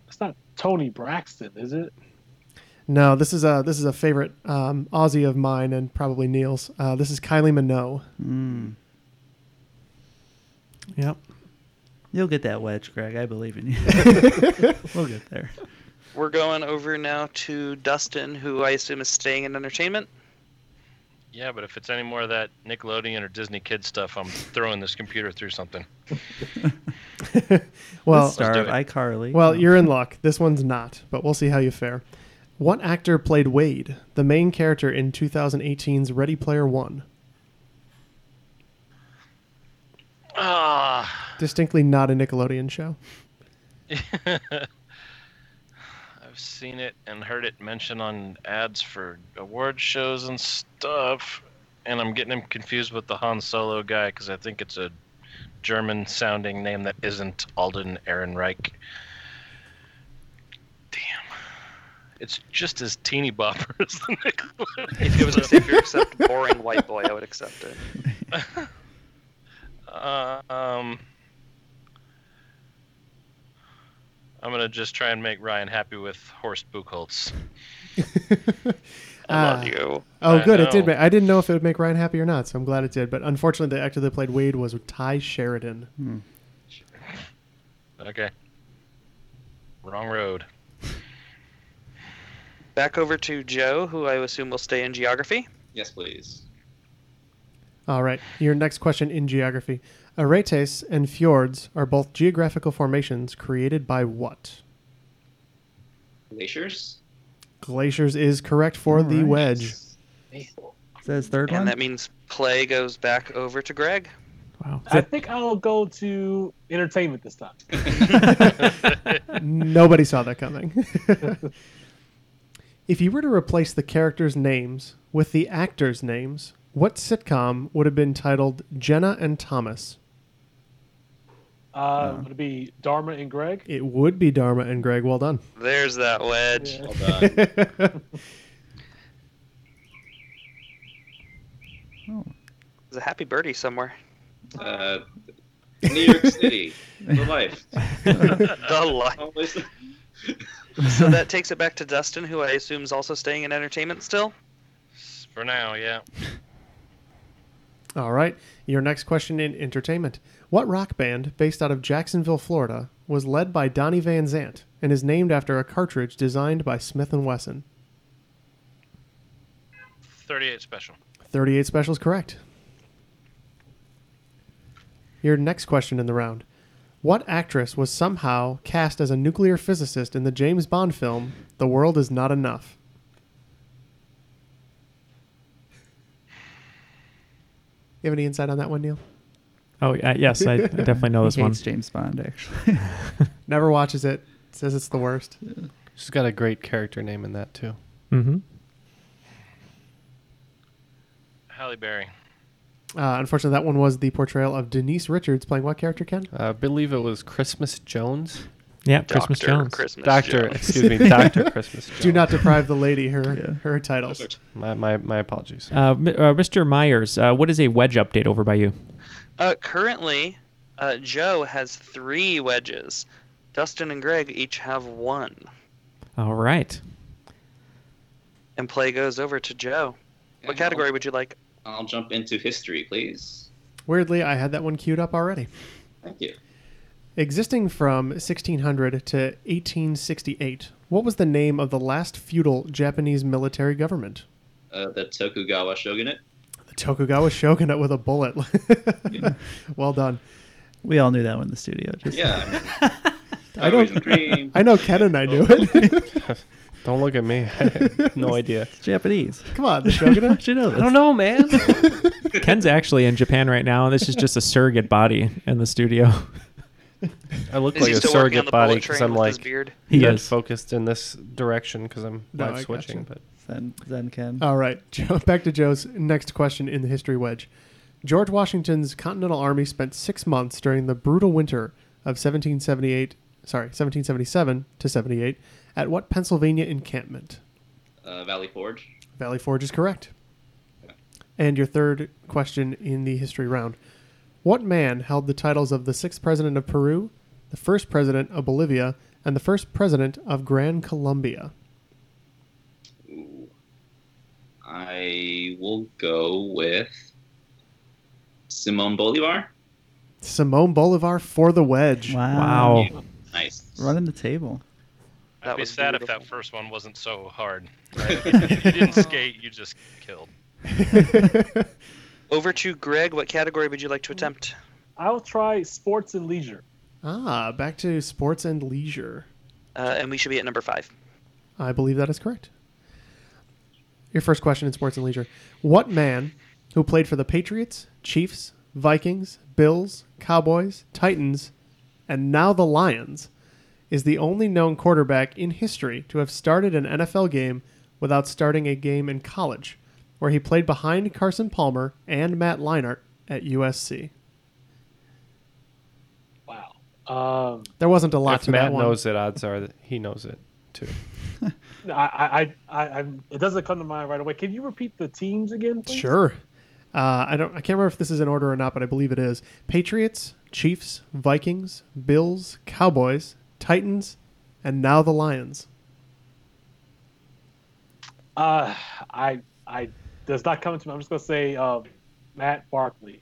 [SPEAKER 10] it's not Tony Braxton, is it?
[SPEAKER 2] No, this is a this is a favorite um, Aussie of mine and probably Neil's. Uh, this is Kylie Minogue.
[SPEAKER 8] Mm.
[SPEAKER 2] Yep.
[SPEAKER 8] You'll get that wedge, Greg. I believe
[SPEAKER 2] [LAUGHS]
[SPEAKER 8] in you. we'll get there.
[SPEAKER 7] We're going over now to Dustin, who I assume is staying in entertainment.
[SPEAKER 9] Yeah, but if it's any more of that Nickelodeon or Disney Kids stuff, I'm throwing this computer through something. [LAUGHS]
[SPEAKER 2] Well,
[SPEAKER 8] Let's starve iCarly.
[SPEAKER 2] Well,
[SPEAKER 8] No.
[SPEAKER 2] you're in luck. This one's not, but we'll see how you fare. What actor played Wade, the main character in 2018's Ready Player One?
[SPEAKER 9] Ah.
[SPEAKER 2] Distinctly not a Nickelodeon show.
[SPEAKER 9] I've seen it and heard it mentioned on ads for award shows and stuff, and I'm getting him confused with the Han Solo guy because I think it's a German sounding name that isn't Alden Ehrenreich. Damn. It's just as teeny bopper as [LAUGHS] the Nickelodeon.
[SPEAKER 7] If it
[SPEAKER 9] [LAUGHS]
[SPEAKER 7] was if you accept boring white boy, I would accept it.
[SPEAKER 9] [LAUGHS] Uh, um, I'm gonna just try and make Ryan happy with
[SPEAKER 7] [LAUGHS]
[SPEAKER 9] Horst Buchholz.
[SPEAKER 2] I
[SPEAKER 9] love you.
[SPEAKER 2] Oh,
[SPEAKER 9] I
[SPEAKER 2] good. It did.
[SPEAKER 9] know.
[SPEAKER 2] Ma- I didn't know if it would make Ryan happy or not, so I'm glad it did. But unfortunately, the actor that played Wade was Ty Sheridan.
[SPEAKER 9] Okay. Wrong road.
[SPEAKER 7] Back over to Joe, who I assume will stay in geography.
[SPEAKER 6] Yes, please.
[SPEAKER 2] All right. Your next question in geography: Arates and fjords are both geographical formations created by what?
[SPEAKER 6] Glaciers.
[SPEAKER 2] Glaciers is correct for the
[SPEAKER 8] Alright.
[SPEAKER 2] wedge.
[SPEAKER 8] Is that his third
[SPEAKER 7] And
[SPEAKER 8] one?
[SPEAKER 7] that means play goes back over to Greg. [LAUGHS]
[SPEAKER 10] I think I'll go to entertainment this
[SPEAKER 4] [LAUGHS]
[SPEAKER 10] time.
[SPEAKER 2] Nobody saw that coming. if you were to replace the characters' names with the actors' names, what sitcom would have been titled Jenna and Thomas?
[SPEAKER 10] Uh, Would it be Dharma and Greg?
[SPEAKER 2] It would be Dharma and Greg. Well done.
[SPEAKER 7] There's that wedge.
[SPEAKER 2] [LAUGHS]
[SPEAKER 7] There's a happy birdie somewhere.
[SPEAKER 6] Uh, New
[SPEAKER 8] [LAUGHS]
[SPEAKER 6] York City. the life.
[SPEAKER 7] [LAUGHS] the life.
[SPEAKER 6] Always.
[SPEAKER 7] so that takes it back to Dustin, who I assume is also staying in entertainment still.
[SPEAKER 9] For now, yeah.
[SPEAKER 2] All right. Your next question in entertainment. What rock band, based out of Jacksonville, Florida, was led by Donnie Van Zant and is named after a cartridge designed by Smith & Wesson?
[SPEAKER 9] 38 special.
[SPEAKER 2] 38 specials correct. Your next question in the round. What actress was somehow cast as a nuclear physicist in the James Bond film The World Is Not Enough? You have any insight on that one, Neil?
[SPEAKER 5] Oh, uh, yes,
[SPEAKER 2] [LAUGHS]
[SPEAKER 5] I, I definitely know
[SPEAKER 8] [LAUGHS]
[SPEAKER 5] this
[SPEAKER 8] he
[SPEAKER 5] one.
[SPEAKER 8] hates James Bond, actually.
[SPEAKER 2] Never watches it. Says it's the worst.
[SPEAKER 4] She's got a great character name in that too.
[SPEAKER 5] Mm-hmm.
[SPEAKER 9] Halle Berry.
[SPEAKER 2] [LAUGHS] Uh, unfortunately, that one was the portrayal of Denise Richards playing what character, Ken?
[SPEAKER 4] Uh, I believe it was Christmas Jones.
[SPEAKER 5] Yeah, Christmas
[SPEAKER 7] Doctor
[SPEAKER 5] Jones.
[SPEAKER 7] Christmas
[SPEAKER 4] Doctor,
[SPEAKER 7] Jones.
[SPEAKER 4] excuse me,
[SPEAKER 5] [LAUGHS]
[SPEAKER 4] [LAUGHS] Doctor Christmas Jones.
[SPEAKER 2] Do not deprive the lady her her titles.
[SPEAKER 4] My my, my apologies.
[SPEAKER 5] Uh, mi- uh, Mr. Myers, uh, what is a wedge update over by you?
[SPEAKER 7] Uh, currently, uh, Joe has three wedges. Dustin and Greg each have one.
[SPEAKER 5] All right.
[SPEAKER 7] And play goes over to Joe. What category would you like?
[SPEAKER 6] I'll jump into history,
[SPEAKER 9] [LAUGHS]
[SPEAKER 6] please.
[SPEAKER 2] Weirdly, I had that one queued up already.
[SPEAKER 6] Thank you.
[SPEAKER 2] Existing from 1600 to 1868, what was the name of the last feudal Japanese military government?
[SPEAKER 6] Uh, the Tokugawa shogunate.
[SPEAKER 2] The Tokugawa shogunate with a bullet. [LAUGHS] well done.
[SPEAKER 8] We all knew that one in the studio. Just [LAUGHS]
[SPEAKER 6] Yeah.
[SPEAKER 2] I don't. [LAUGHS] I know Ken and I knew it.
[SPEAKER 4] [LAUGHS] Don't look at me. I have
[SPEAKER 2] [LAUGHS]
[SPEAKER 4] no idea.
[SPEAKER 8] Japanese.
[SPEAKER 2] Come on, the shogunate.
[SPEAKER 8] you know
[SPEAKER 4] I don't know, man.
[SPEAKER 5] [LAUGHS] Ken's actually in Japan right now, and this is just a surrogate body in the studio. [LAUGHS]
[SPEAKER 4] I look
[SPEAKER 7] Is
[SPEAKER 4] like
[SPEAKER 7] he
[SPEAKER 4] a
[SPEAKER 7] still working on
[SPEAKER 4] surrogate
[SPEAKER 7] the bullet train
[SPEAKER 4] body because I'm
[SPEAKER 7] with his
[SPEAKER 4] like
[SPEAKER 7] beard?
[SPEAKER 5] He
[SPEAKER 4] not
[SPEAKER 5] is.
[SPEAKER 4] focused in this direction because I'm
[SPEAKER 2] No,
[SPEAKER 4] live
[SPEAKER 2] I
[SPEAKER 4] switching.
[SPEAKER 2] gotcha. Uh,
[SPEAKER 8] Zen, Zen Ken.
[SPEAKER 2] All right, [LAUGHS] Joe, back to Joe's next question in the history wedge. George Washington's Continental Army spent six months during the brutal winter of 1778, sorry, 1777 to 78, at what Pennsylvania encampment?
[SPEAKER 6] Uh, Valley Forge.
[SPEAKER 2] Valley Forge is correct. And your third question in the history round. What man held the titles of the sixth president of Peru, the first president of Bolivia, and the first president of Gran Colombia?
[SPEAKER 6] I will go with Simone Bolivar.
[SPEAKER 2] Simone Bolivar for the wedge.
[SPEAKER 8] Wow.
[SPEAKER 6] Nice.
[SPEAKER 8] Running the table.
[SPEAKER 9] I'd be sad if that first one wasn't so hard.
[SPEAKER 7] [LAUGHS]
[SPEAKER 9] Right? you, you didn't skate, you just killed.
[SPEAKER 7] Over to Greg. What category would you like to attempt?
[SPEAKER 10] I'll try sports and leisure.
[SPEAKER 2] Ah, back to sports and leisure.
[SPEAKER 7] Uh, and we should be at number five.
[SPEAKER 2] I believe that is correct. Your first question in sports and leisure. What man who played for the Patriots, Chiefs, Vikings, Bills, Cowboys, Titans, and now the Lions is the only known quarterback in history to have started an NFL game without starting a game in college, where he played behind Carson Palmer and Matt Leinart at USC?
[SPEAKER 10] [LAUGHS] Um,
[SPEAKER 2] There wasn't a lot
[SPEAKER 4] If
[SPEAKER 2] to
[SPEAKER 4] Matt
[SPEAKER 2] that one.
[SPEAKER 4] knows it, odds are that he knows it too.
[SPEAKER 10] I, I, I, I, I'm- it doesn't come to mind right away. Can you repeat the teams again? please?
[SPEAKER 2] Sure. Uh, I don't. I can't remember if this is in order or not, but I believe it is. Patriots, Chiefs, Vikings, Bills, Cowboys, Titans, and now the Lions.
[SPEAKER 10] Uh, I, I does not come to me. I'm just gonna say uh, Matt Barkley.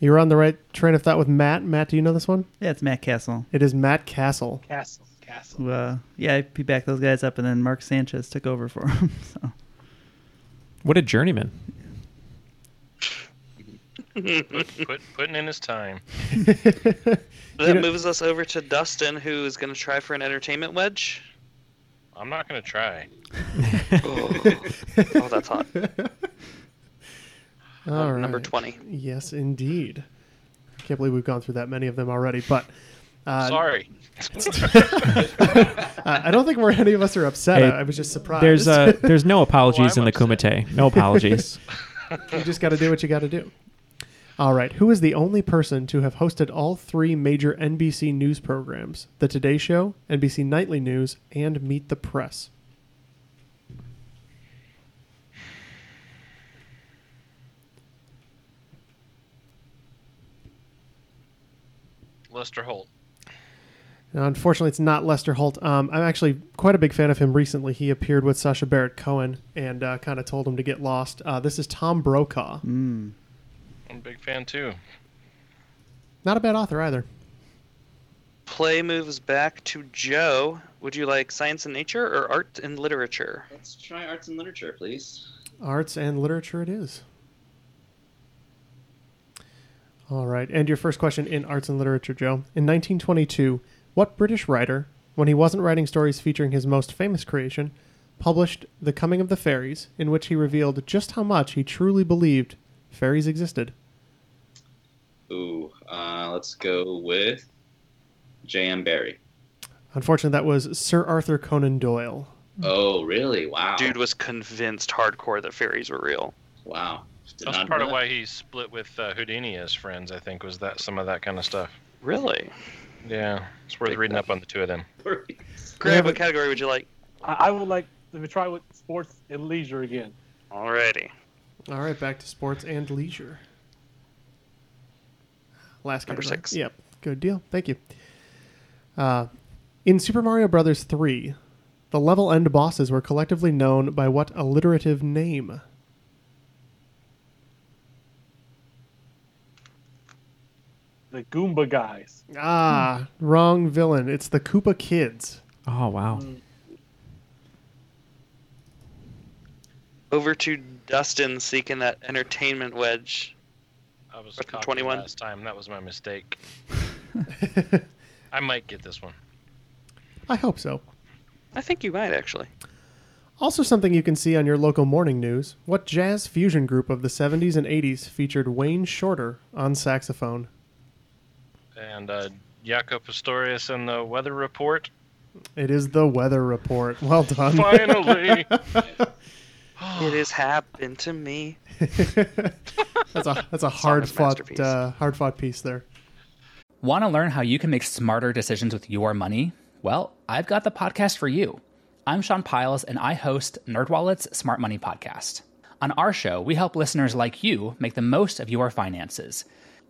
[SPEAKER 2] You were on the right train of thought with Matt. Matt, do you know this one?
[SPEAKER 8] Yeah, it's Matt Castle.
[SPEAKER 2] It is Matt Castle.
[SPEAKER 10] Castle, Castle.
[SPEAKER 8] Who, uh, yeah, he backed those guys up, and then Mark Sanchez took over for [LAUGHS] him. So
[SPEAKER 5] What a journeyman.
[SPEAKER 9] Put, [LAUGHS] put, putting in his time.
[SPEAKER 7] [LAUGHS] That moves us over to Dustin, who is going to try for an entertainment wedge.
[SPEAKER 9] I'm not going to try.
[SPEAKER 7] oh, oh, that's hot.
[SPEAKER 2] [LAUGHS] All right.
[SPEAKER 7] number 20.
[SPEAKER 2] Yes, indeed. I can't believe we've gone through that many of them already, but. Uh,
[SPEAKER 9] Sorry.
[SPEAKER 2] [LAUGHS] uh, I don't think we're any of us are upset.
[SPEAKER 5] Hey,
[SPEAKER 2] I, I was just surprised.
[SPEAKER 5] There's
[SPEAKER 2] [LAUGHS]
[SPEAKER 5] uh, there's no apologies in the Kumite. No apologies.
[SPEAKER 2] you just got to do what you got to do. All right. Who is the only person to have hosted all three major NBC news programs The Today Show, NBC Nightly News, and Meet the Press?
[SPEAKER 9] Lester Holt.
[SPEAKER 2] Now, unfortunately, it's not Lester Holt. Um, I'm actually quite a big fan of him recently. He appeared with Sasha Barrett Cohen and uh, kind of told him to get lost. Uh, this is Tom Brokaw.
[SPEAKER 8] mm.
[SPEAKER 9] I'm a big fan too.
[SPEAKER 2] Not a bad author either.
[SPEAKER 7] Play moves back to Joe. Would you like science and nature or art and literature?
[SPEAKER 6] Let's try arts and literature, please.
[SPEAKER 2] Arts and literature it is. All right. And your first question in arts and literature, Joe. In 1922, what British writer, when he wasn't writing stories featuring his most famous creation, published The Coming of the Fairies, in which he revealed just how much he truly believed fairies existed?
[SPEAKER 6] Ooh, uh, let's go with J.M. Barry.
[SPEAKER 2] Unfortunately, that was Sir Arthur Conan Doyle.
[SPEAKER 6] Oh, really? Wow.
[SPEAKER 7] Dude was convinced hardcore that fairies were real.
[SPEAKER 6] Wow.
[SPEAKER 9] That's part of why he split with uh, Houdini as friends. I think was that some of that kind of stuff.
[SPEAKER 7] Really?
[SPEAKER 9] Yeah, it's worth reading up on the two of them.
[SPEAKER 7] Greg, what category would you like?
[SPEAKER 10] I, I would like to try with sports and leisure again.
[SPEAKER 7] Alrighty.
[SPEAKER 2] All right, back to sports and leisure. Last
[SPEAKER 7] Number
[SPEAKER 2] category.
[SPEAKER 7] six.
[SPEAKER 2] Yep, good deal. Thank you. Uh, in Super Mario Brothers three, the level end bosses were collectively known by what alliterative name?
[SPEAKER 10] the Goomba guys.
[SPEAKER 2] Ah, wrong villain. It's the Koopa Kids.
[SPEAKER 5] Oh wow.
[SPEAKER 7] Over to Dustin seeking that entertainment wedge.
[SPEAKER 9] I was
[SPEAKER 7] Question
[SPEAKER 9] cocky
[SPEAKER 7] 21.
[SPEAKER 9] last time. That was my
[SPEAKER 2] [LAUGHS]
[SPEAKER 9] mistake. I might get this one.
[SPEAKER 2] I hope so.
[SPEAKER 7] I think you might actually.
[SPEAKER 2] Also, something you can see on your local morning news what jazz fusion group of the 70s and 80s featured Wayne Shorter on saxophone?
[SPEAKER 9] And uh, Jaco Pastorius and the weather report.
[SPEAKER 2] It is the Weather Report. [LAUGHS] Well done. [LAUGHS]
[SPEAKER 9] Finally.
[SPEAKER 7] it has happened to me.
[SPEAKER 2] that's a that's a hard fought uh, hard fought piece there.
[SPEAKER 14] Want to learn how you can make smarter decisions with your money? Well, I've got the podcast for you. I'm Sean Piles and I host NerdWallet's Smart Money Podcast. On our show, we help listeners like you make the most of your finances.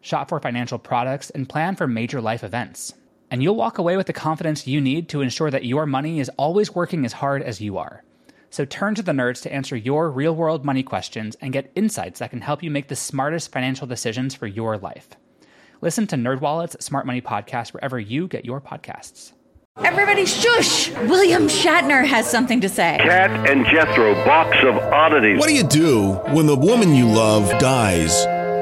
[SPEAKER 14] shop for financial products, and plan for major life events. And you'll walk away with the confidence you need to ensure that your money is always working as hard as you are. So turn to the nerds to answer your real world money questions and get insights that can help you make the smartest financial decisions for your life. Listen to NerdWallet's Smart Money Podcast wherever you get your podcasts.
[SPEAKER 15] Everybody, shush! William Shatner has something to say.
[SPEAKER 16] Cat and Jethro, box of oddities.
[SPEAKER 17] What do you do when the woman you love dies?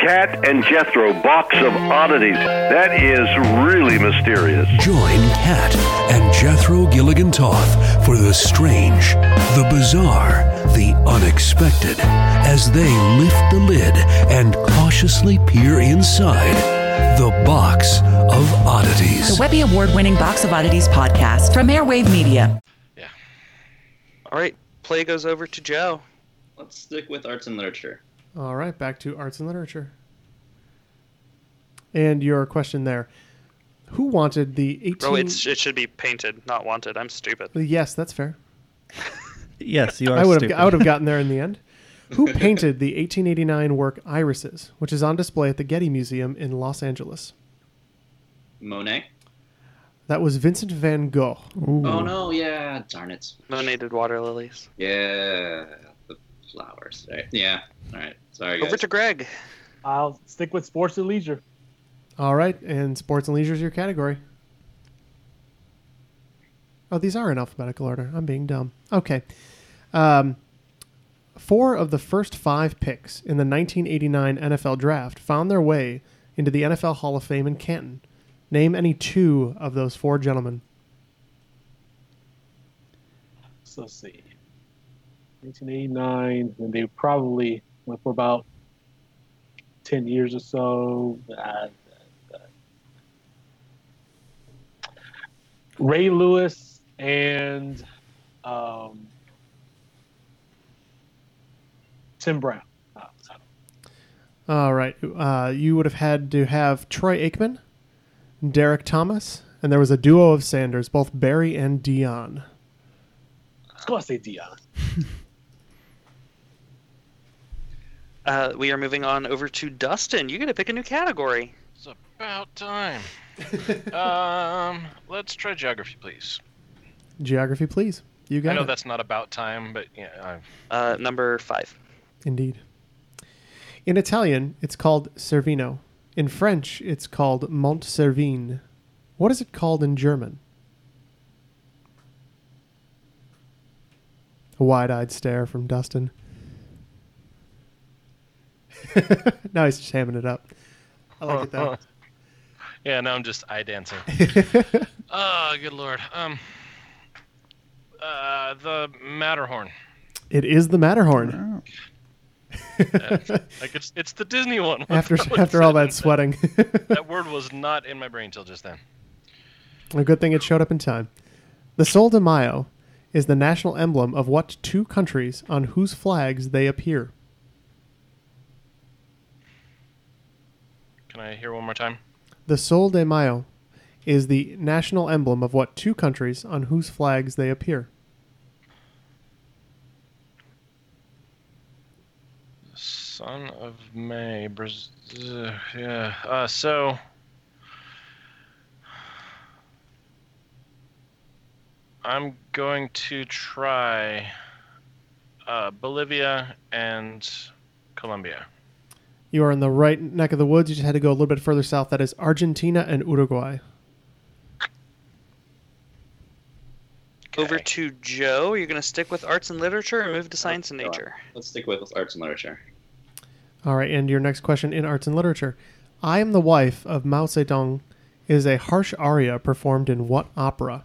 [SPEAKER 16] Cat and Jethro, box of oddities. That is really mysterious.
[SPEAKER 18] Join Kat and Jethro Gilligan Toth for the strange, the bizarre, the unexpected as they lift the lid and cautiously peer inside the box of oddities.
[SPEAKER 15] The Webby Award winning Box of Oddities podcast from Airwave Media.
[SPEAKER 7] All right, play goes over to Joe. Let's stick with arts and literature.
[SPEAKER 2] All right, back to arts and literature. And your question there: Who wanted the eighteen?
[SPEAKER 7] Oh, it's, it should be painted, not wanted. I'm stupid.
[SPEAKER 2] yes, that's fair.
[SPEAKER 8] [LAUGHS] Yes, you are.
[SPEAKER 2] I would
[SPEAKER 8] stupid.
[SPEAKER 2] have I would have gotten there in
[SPEAKER 8] [LAUGHS]
[SPEAKER 2] the end. Who painted the 1889 work Irises, which is on display at the Getty Museum in Los Angeles?
[SPEAKER 6] Monet.
[SPEAKER 2] That was Vincent van Gogh.
[SPEAKER 6] Oh no, yeah, darn it.
[SPEAKER 7] Donated water lilies.
[SPEAKER 6] Yeah, the flowers. Right. Yeah. All right. Sorry, guys.
[SPEAKER 7] Over to Greg.
[SPEAKER 10] I'll stick with sports and leisure.
[SPEAKER 2] All right, and sports and leisure is your category. Oh, these are in alphabetical order. I'm being dumb. Okay. Um, four of the first five picks in the 1989 NFL draft found their way into the NFL Hall of Fame in Canton. Name any two of those four gentlemen.
[SPEAKER 10] So let's see. 1989, and they probably went for about 10 years or so. Uh, Ray Lewis and um, Tim Brown. Uh,
[SPEAKER 2] All right. Uh, you would have had to have Troy Aikman, Derek Thomas, and there was a duo of Sanders, both Barry and Dion.
[SPEAKER 10] Of course they Dion.
[SPEAKER 7] [LAUGHS] Uh, we are moving on over to Dustin. You get to pick a new category.
[SPEAKER 9] About
[SPEAKER 2] [LAUGHS]
[SPEAKER 9] time. um, let's try geography, please.
[SPEAKER 2] Geography, please. You
[SPEAKER 9] I
[SPEAKER 2] got
[SPEAKER 9] know
[SPEAKER 2] it.
[SPEAKER 9] that's not about time, but yeah.
[SPEAKER 7] Uh, number five.
[SPEAKER 2] Indeed. In Italian, it's called Cervino. In French, it's called Mont Cervine. What is it called in German? A wide eyed stare from Dustin. [LAUGHS] now he's just hamming it up. I like it though.
[SPEAKER 9] [LAUGHS] Yeah, now I'm just eye
[SPEAKER 2] [LAUGHS]
[SPEAKER 9] dancing. oh, good lord. Um, uh, the Matterhorn.
[SPEAKER 2] It is the Matterhorn. [LAUGHS]
[SPEAKER 9] Yeah, like it's it's the Disney one. [LAUGHS]
[SPEAKER 2] After after all that sweating,
[SPEAKER 9] that word was not in my brain till just then.
[SPEAKER 2] a good thing it showed up in time. The Sol de Mayo is the national emblem of what two countries on whose flags they appear?
[SPEAKER 9] Can I hear one more time?
[SPEAKER 2] The Sol de Mayo is the national emblem of what two countries on whose flags they appear?
[SPEAKER 9] Son of May, Brazil. Yeah. Uh, so. I'm going to try uh, Bolivia and Colombia.
[SPEAKER 2] You are in the right neck of the woods. You just had to go a little bit further south. That is Argentina and Uruguay.
[SPEAKER 7] Over to Joe. You're going to stick with arts and literature and move to science and nature.
[SPEAKER 6] Let's stick with arts and literature.
[SPEAKER 2] All right, and your next question in arts and literature. I am the wife of Mao Zedong is a harsh aria performed in what opera?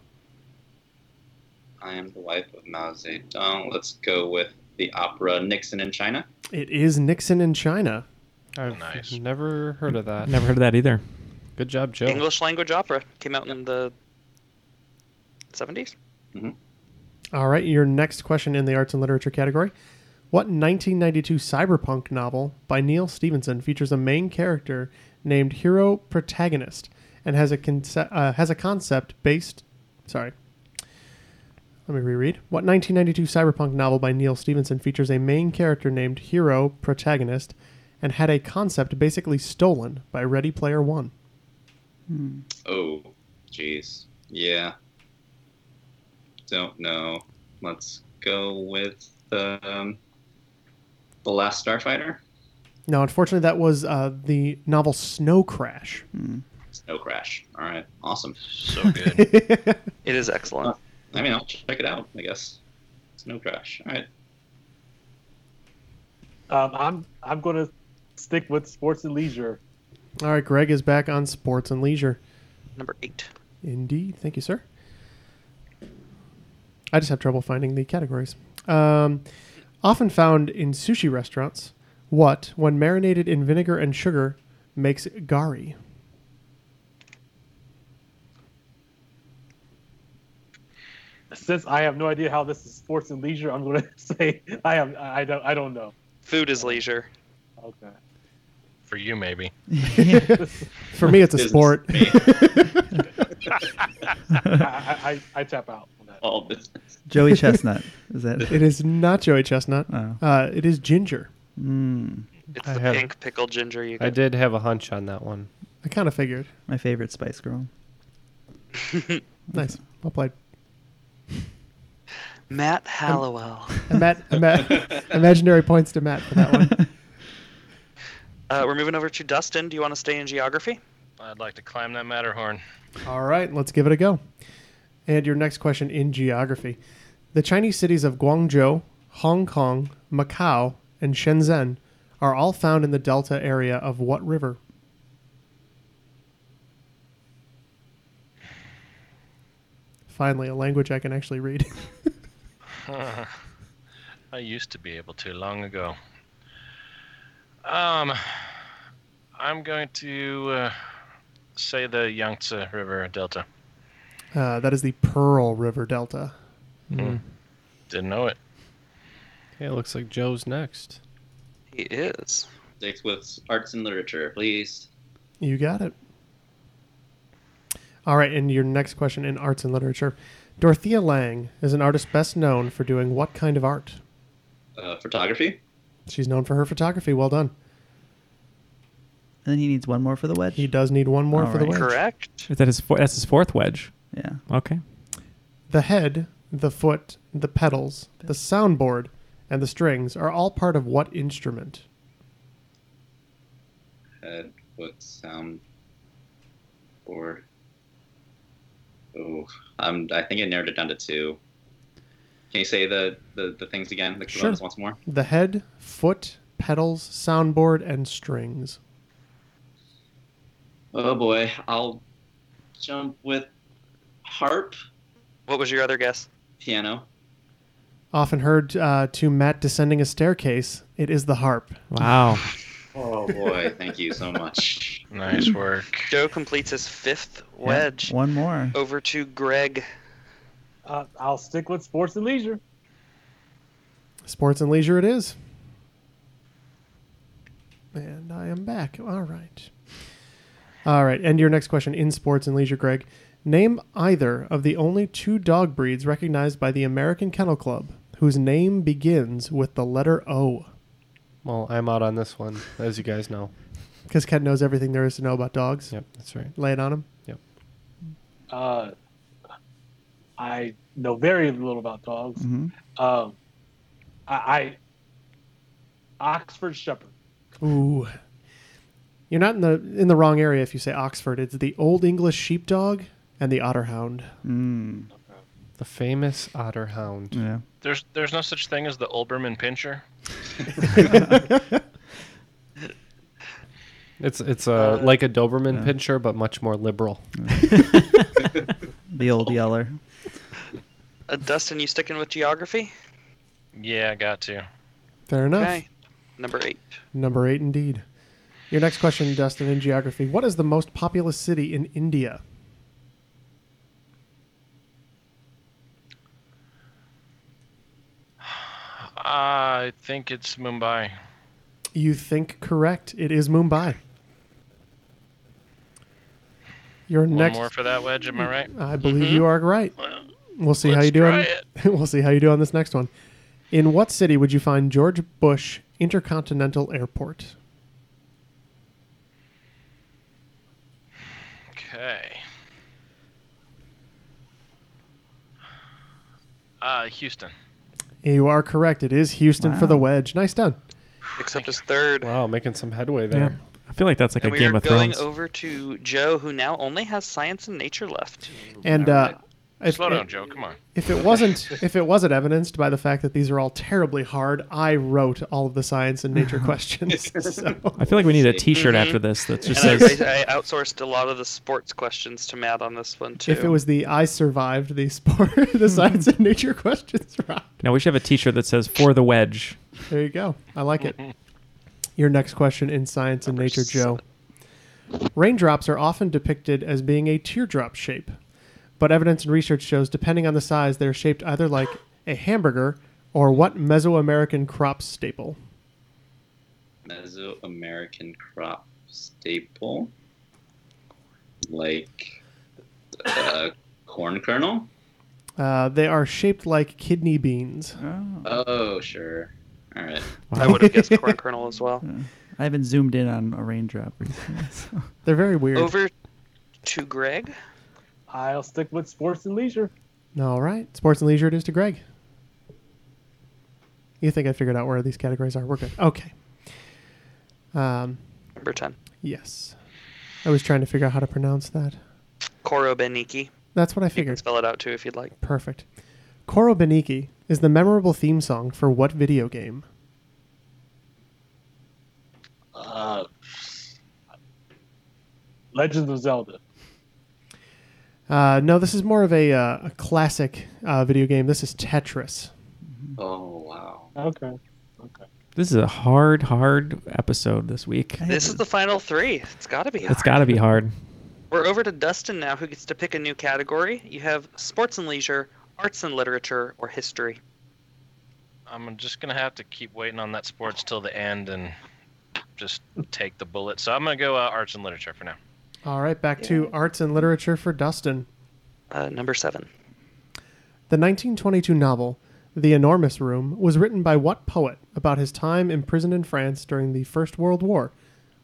[SPEAKER 6] I am the wife of Mao Zedong. Let's go with the opera Nixon in China.
[SPEAKER 2] It is Nixon in China.
[SPEAKER 4] I've never heard of that.
[SPEAKER 5] Never heard of that either.
[SPEAKER 4] Good job, Joe.
[SPEAKER 7] English language opera came out in the 70s.
[SPEAKER 2] All right, your next question in the arts and literature category. What 1992 cyberpunk novel by Neil Stevenson features a main character named hero protagonist and has a conce- uh, has a concept based sorry. Let me reread. What 1992 cyberpunk novel by Neil Stevenson features a main character named hero protagonist and had a concept basically stolen by Ready Player 1?
[SPEAKER 6] Oh, jeez. Yeah. Don't know. Let's go with um, the Last Starfighter.
[SPEAKER 2] Now, unfortunately, that was uh, the novel Snow Crash.
[SPEAKER 8] Hmm.
[SPEAKER 6] Snow Crash. All right. Awesome.
[SPEAKER 7] So good. it is excellent.
[SPEAKER 6] I mean, I'll check it out. I guess. Snow Crash. All right.
[SPEAKER 10] Um, I'm I'm gonna stick with sports and leisure.
[SPEAKER 2] All right, Greg is back on sports and leisure.
[SPEAKER 7] Number eight.
[SPEAKER 2] Indeed. Thank you, sir. I just have trouble finding the categories. Um, often found in sushi restaurants, what, when marinated in vinegar and sugar, makes gari?
[SPEAKER 10] Since I have no idea how this is sports and leisure, I'm gonna [LAUGHS] say I am I don't I don't know.
[SPEAKER 7] Food is leisure.
[SPEAKER 10] Okay.
[SPEAKER 9] For you, maybe.
[SPEAKER 2] [LAUGHS]
[SPEAKER 9] [LAUGHS]
[SPEAKER 2] For me, it's a
[SPEAKER 6] [LAUGHS]
[SPEAKER 2] sport. [LAUGHS]
[SPEAKER 10] I, I, I tap out. On that.
[SPEAKER 6] All business.
[SPEAKER 2] [LAUGHS]
[SPEAKER 8] Joey Chestnut. Is that Oh.
[SPEAKER 2] It is not Joey Chestnut. Uh, it is ginger.
[SPEAKER 8] Hmm.
[SPEAKER 7] It's
[SPEAKER 4] I
[SPEAKER 7] the
[SPEAKER 4] have-
[SPEAKER 7] pink pickled ginger you
[SPEAKER 4] I
[SPEAKER 7] get.
[SPEAKER 4] did have a hunch on that one.
[SPEAKER 2] I kind of figured.
[SPEAKER 8] My favorite Spice Girl.
[SPEAKER 7] Hmm.
[SPEAKER 2] Nice. Well played.
[SPEAKER 7] Matt Hallowell.
[SPEAKER 6] [LAUGHS]
[SPEAKER 2] Matt,
[SPEAKER 7] [LAUGHS]
[SPEAKER 2] Matt, imaginary points to Matt for that one.
[SPEAKER 7] Uh, we're moving over to Dustin. Do you want to stay in geography?
[SPEAKER 9] I'd like to climb that Matterhorn.
[SPEAKER 2] All right, let's give it a go. And your next question in geography. The Chinese cities of Guangzhou, Hong Kong, Macau, and Shenzhen are all found in the delta area of what river? Finally, a language I can actually read. [LAUGHS]
[SPEAKER 9] I used to be able to long ago. Um, I'm going to uh, say the Yangtze River Delta.
[SPEAKER 2] Uh, that is the Pearl River Delta.
[SPEAKER 9] Didn't know it.
[SPEAKER 4] Okay, it looks like Joe's next.
[SPEAKER 7] He is.
[SPEAKER 6] Sticks with arts and literature, please.
[SPEAKER 2] You got it. All right, and your next question in arts and literature. Dorothea Lange is an artist best known for doing what kind of art?
[SPEAKER 6] Uh, photography.
[SPEAKER 2] She's known for her photography. Well done.
[SPEAKER 8] And then he needs one more for the wedge.
[SPEAKER 2] He does need one [LAUGHS] more for the wedge.
[SPEAKER 7] Correct.
[SPEAKER 5] Is that his four, that's his fourth wedge.
[SPEAKER 8] Yeah.
[SPEAKER 5] Okay.
[SPEAKER 2] The head, the foot, the pedals, the soundboard, and the strings are all part of what instrument?
[SPEAKER 6] Head, foot, Uh, sound, board. Oh, um, I think I narrowed it down to two. Can you say the, the, the things again? The components once more.
[SPEAKER 2] The head, foot, pedals, soundboard, and strings.
[SPEAKER 6] Oh boy, I'll jump with harp.
[SPEAKER 7] What was your other guess?
[SPEAKER 6] Piano.
[SPEAKER 2] Often heard uh, to Matt descending a staircase. It is the harp.
[SPEAKER 8] [LAUGHS]
[SPEAKER 5] Wow.
[SPEAKER 6] Oh boy, thank you so much.
[SPEAKER 9] Nice work.
[SPEAKER 7] Joe completes his fifth wedge.
[SPEAKER 8] one more.
[SPEAKER 7] Over to Greg.
[SPEAKER 10] Uh, I'll stick with sports and leisure.
[SPEAKER 2] Sports and leisure it is. And I am back. All right. All right. And your next question in sports and leisure, Greg. Name either of the only two dog breeds recognized by the American Kennel Club whose name begins with the letter O.
[SPEAKER 4] Well, I'm out on this one, as you guys know.
[SPEAKER 2] Because Ken knows everything there is to know about dogs.
[SPEAKER 4] Yep, that's right.
[SPEAKER 2] Lay it on him.
[SPEAKER 10] Uh, I know very little about dogs.
[SPEAKER 2] Mm-hmm.
[SPEAKER 10] Um, I, I Oxford Shepherd.
[SPEAKER 2] Ooh. You're not in the in the wrong area if you say Oxford. It's the Old English Sheepdog and the Otterhound.
[SPEAKER 8] Mm.
[SPEAKER 4] The famous Otterhound.
[SPEAKER 8] Yeah.
[SPEAKER 9] There's there's no such thing as the Olbermann pincher.
[SPEAKER 4] It's it's uh, like a Doberman pincher, but much more liberal.
[SPEAKER 8] [LAUGHS] the old yeller.
[SPEAKER 7] Uh, Dustin, you sticking with geography?
[SPEAKER 9] Yeah, I got to.
[SPEAKER 2] Fair enough.
[SPEAKER 7] Okay. Number eight.
[SPEAKER 2] Number eight, indeed. Your next question, Dustin, in geography. What is the most populous city in India?
[SPEAKER 9] I think it's Mumbai.
[SPEAKER 2] You think correct. It is Mumbai. Your
[SPEAKER 9] One
[SPEAKER 2] next.
[SPEAKER 9] more for that wedge, am I right? Mm-hmm.
[SPEAKER 2] I believe you are right. We'll see how
[SPEAKER 9] let's
[SPEAKER 2] you do on,
[SPEAKER 9] try
[SPEAKER 2] [LAUGHS] We'll see how you do on this next one. In what city would you find George Bush Intercontinental Airport?
[SPEAKER 9] Okay. Uh, Houston.
[SPEAKER 2] You are correct. It is Houston for the
[SPEAKER 9] Wow.
[SPEAKER 2] wedge. Nice done.
[SPEAKER 7] Except his third.
[SPEAKER 4] Wow, making some headway there.
[SPEAKER 5] I feel like that's like
[SPEAKER 7] and
[SPEAKER 5] a
[SPEAKER 7] we
[SPEAKER 5] Game
[SPEAKER 7] are
[SPEAKER 5] of
[SPEAKER 7] going
[SPEAKER 5] Thrones.
[SPEAKER 7] over to Joe, who now only has science and nature left.
[SPEAKER 2] And uh, if,
[SPEAKER 9] Slow down,
[SPEAKER 2] if-
[SPEAKER 9] Joe. Come on.
[SPEAKER 2] If it
[SPEAKER 9] [LAUGHS]
[SPEAKER 2] wasn't, if it wasn't evidenced by the fact that these are all terribly hard, I wrote all of the science
[SPEAKER 9] [LAUGHS]
[SPEAKER 2] and nature questions. So.
[SPEAKER 5] I feel like we need a T-shirt after this that just
[SPEAKER 7] Mm-hmm. And I-
[SPEAKER 5] says
[SPEAKER 7] I, I outsourced a lot of the sports questions to Matt on this one too.
[SPEAKER 2] If it was the I survived the sport, [LAUGHS]
[SPEAKER 9] [LAUGHS]
[SPEAKER 2] the science and nature questions round.
[SPEAKER 5] Now we should have a T-shirt that says "For the Wedge."
[SPEAKER 2] There you go. I like it. Your next question in Science and Nature, Joe. Raindrops are often depicted as being a teardrop shape, but evidence and research shows, depending on the size, they're shaped either like a hamburger or what Mesoamerican crop staple?
[SPEAKER 6] Mesoamerican crop staple, like uh, corn kernel.
[SPEAKER 2] Uh, they are shaped like kidney beans.
[SPEAKER 6] Oh, sure. All right.
[SPEAKER 7] I would have guessed corn kernel as well.
[SPEAKER 8] I haven't zoomed in on a raindrop recently. [LAUGHS] So.
[SPEAKER 2] They're very weird.
[SPEAKER 7] Over to Greg.
[SPEAKER 10] I'll stick with sports and leisure.
[SPEAKER 2] All right. Sports and leisure it is to Greg. You think I figured out where these categories are. We're good. Okay. Um,
[SPEAKER 7] Number ten.
[SPEAKER 2] yes. I was trying to figure out how to pronounce that.
[SPEAKER 7] Koro Beniki.
[SPEAKER 2] That's what I
[SPEAKER 7] You can
[SPEAKER 2] figured.
[SPEAKER 7] spell it out too if you'd like.
[SPEAKER 2] Perfect. Koro Beniki is the memorable theme song for what video game?
[SPEAKER 10] Uh, Legend of Zelda.
[SPEAKER 2] Uh, no, this is more of a, uh, a classic uh, video game. This is Tetris.
[SPEAKER 6] Oh wow.
[SPEAKER 10] Okay.
[SPEAKER 5] This is a hard, hard episode this week.
[SPEAKER 7] This is the final three. It's got to be.
[SPEAKER 5] It's got to be hard.
[SPEAKER 7] We're over to Dustin now, who gets to pick a new category. You have sports and leisure, arts and literature, or history.
[SPEAKER 9] I'm just gonna have to keep waiting on that sports till the end and just take the bullet. So I'm gonna go uh, arts and literature for now.
[SPEAKER 2] All right, back to arts and literature for Dustin.
[SPEAKER 7] Uh, number seven.
[SPEAKER 2] The 1922 novel, The Enormous Room, was written by what poet about his time imprisoned in France during the First World War,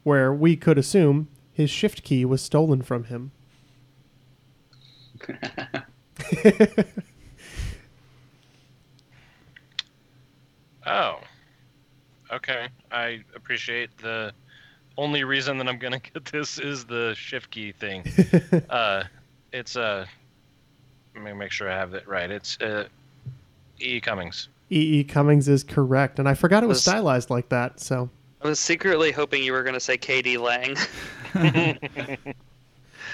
[SPEAKER 2] where we could assume his shift key was stolen from him?
[SPEAKER 9] Oh. Okay. I appreciate the only reason that I'm gonna [LAUGHS] get this is the shift key
[SPEAKER 2] [LAUGHS]
[SPEAKER 9] thing. uh, it's uh, let me make sure I have it right. It's uh, E. Cummings.
[SPEAKER 2] E.E. E. Cummings is correct, and I forgot it was
[SPEAKER 7] Was-
[SPEAKER 2] stylized like that, so.
[SPEAKER 7] I was secretly hoping you were going to say K.D. Lang.
[SPEAKER 2] [LAUGHS]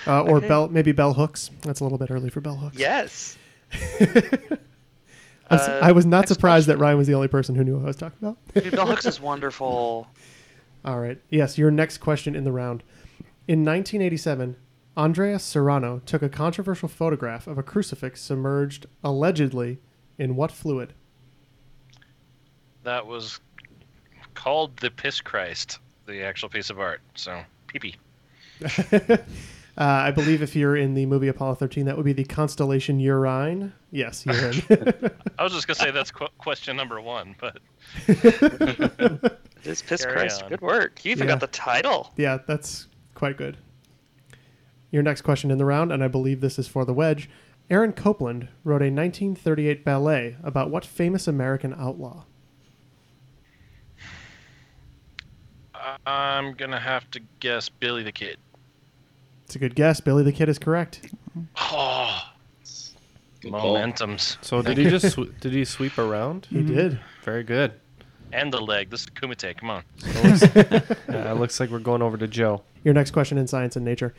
[SPEAKER 2] Uh, or
[SPEAKER 8] Okay.
[SPEAKER 2] bell, maybe bell hooks. That's a little bit early for bell hooks. [LAUGHS]
[SPEAKER 7] Yes.
[SPEAKER 2] I was-
[SPEAKER 7] Uh,
[SPEAKER 2] I was not surprised that Ryan was the only person who knew what I was talking about.
[SPEAKER 7] Dude, Bell Hooks is
[SPEAKER 6] [LAUGHS]
[SPEAKER 7] wonderful.
[SPEAKER 2] All right. Yes, your next question in the round. In 1987, Andrea Serrano took a controversial photograph of a crucifix submerged allegedly in what fluid? [LAUGHS]
[SPEAKER 9] That was called the Piss Christ, the actual piece of art. So pee pee.
[SPEAKER 2] uh, I believe if you're in the movie Apollo 13, that would be the constellation Urine. Yes, urine.
[SPEAKER 9] I was just gonna say that's qu- question number one,
[SPEAKER 2] [LAUGHS]
[SPEAKER 9] but
[SPEAKER 7] This Piss
[SPEAKER 9] Carry
[SPEAKER 7] Christ,
[SPEAKER 9] on.
[SPEAKER 7] good work. You even
[SPEAKER 2] Yeah.
[SPEAKER 7] got the title.
[SPEAKER 2] [LAUGHS] Yeah, that's quite good. Your next question in the round, and I believe this is for the wedge. Aaron Copland wrote a 1938 ballet about what famous American outlaw?
[SPEAKER 9] I- I'm gonna have to guess Billy the
[SPEAKER 7] [SIGHS]
[SPEAKER 9] Kid.
[SPEAKER 2] It's a good guess. Billy the Kid is correct.
[SPEAKER 9] Oh,
[SPEAKER 7] Ah,
[SPEAKER 9] momentums.
[SPEAKER 4] So did he
[SPEAKER 8] [LAUGHS]
[SPEAKER 4] just sw- did he sweep around?
[SPEAKER 8] Mm-hmm.
[SPEAKER 2] He did.
[SPEAKER 4] Very good.
[SPEAKER 9] And the leg. This is Kumite. Come on.
[SPEAKER 8] [LAUGHS]
[SPEAKER 4] Yeah, it looks like we're going over to Joe.
[SPEAKER 2] Your next question in Science and Nature.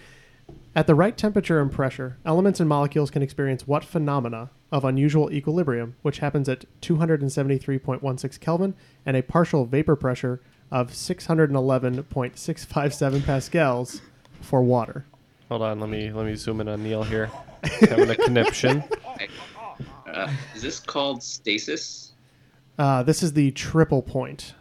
[SPEAKER 2] At the right temperature and pressure, elements and molecules can experience what phenomena of unusual equilibrium, which happens at 273.16 Kelvin and a partial vapor pressure of 611.657 pascals for water?
[SPEAKER 4] Hold on, let me let me zoom in on
[SPEAKER 8] [LAUGHS]
[SPEAKER 4] Neil here. He's having a conniption.
[SPEAKER 6] Uh, is this called stasis?
[SPEAKER 2] Uh, this is the triple point.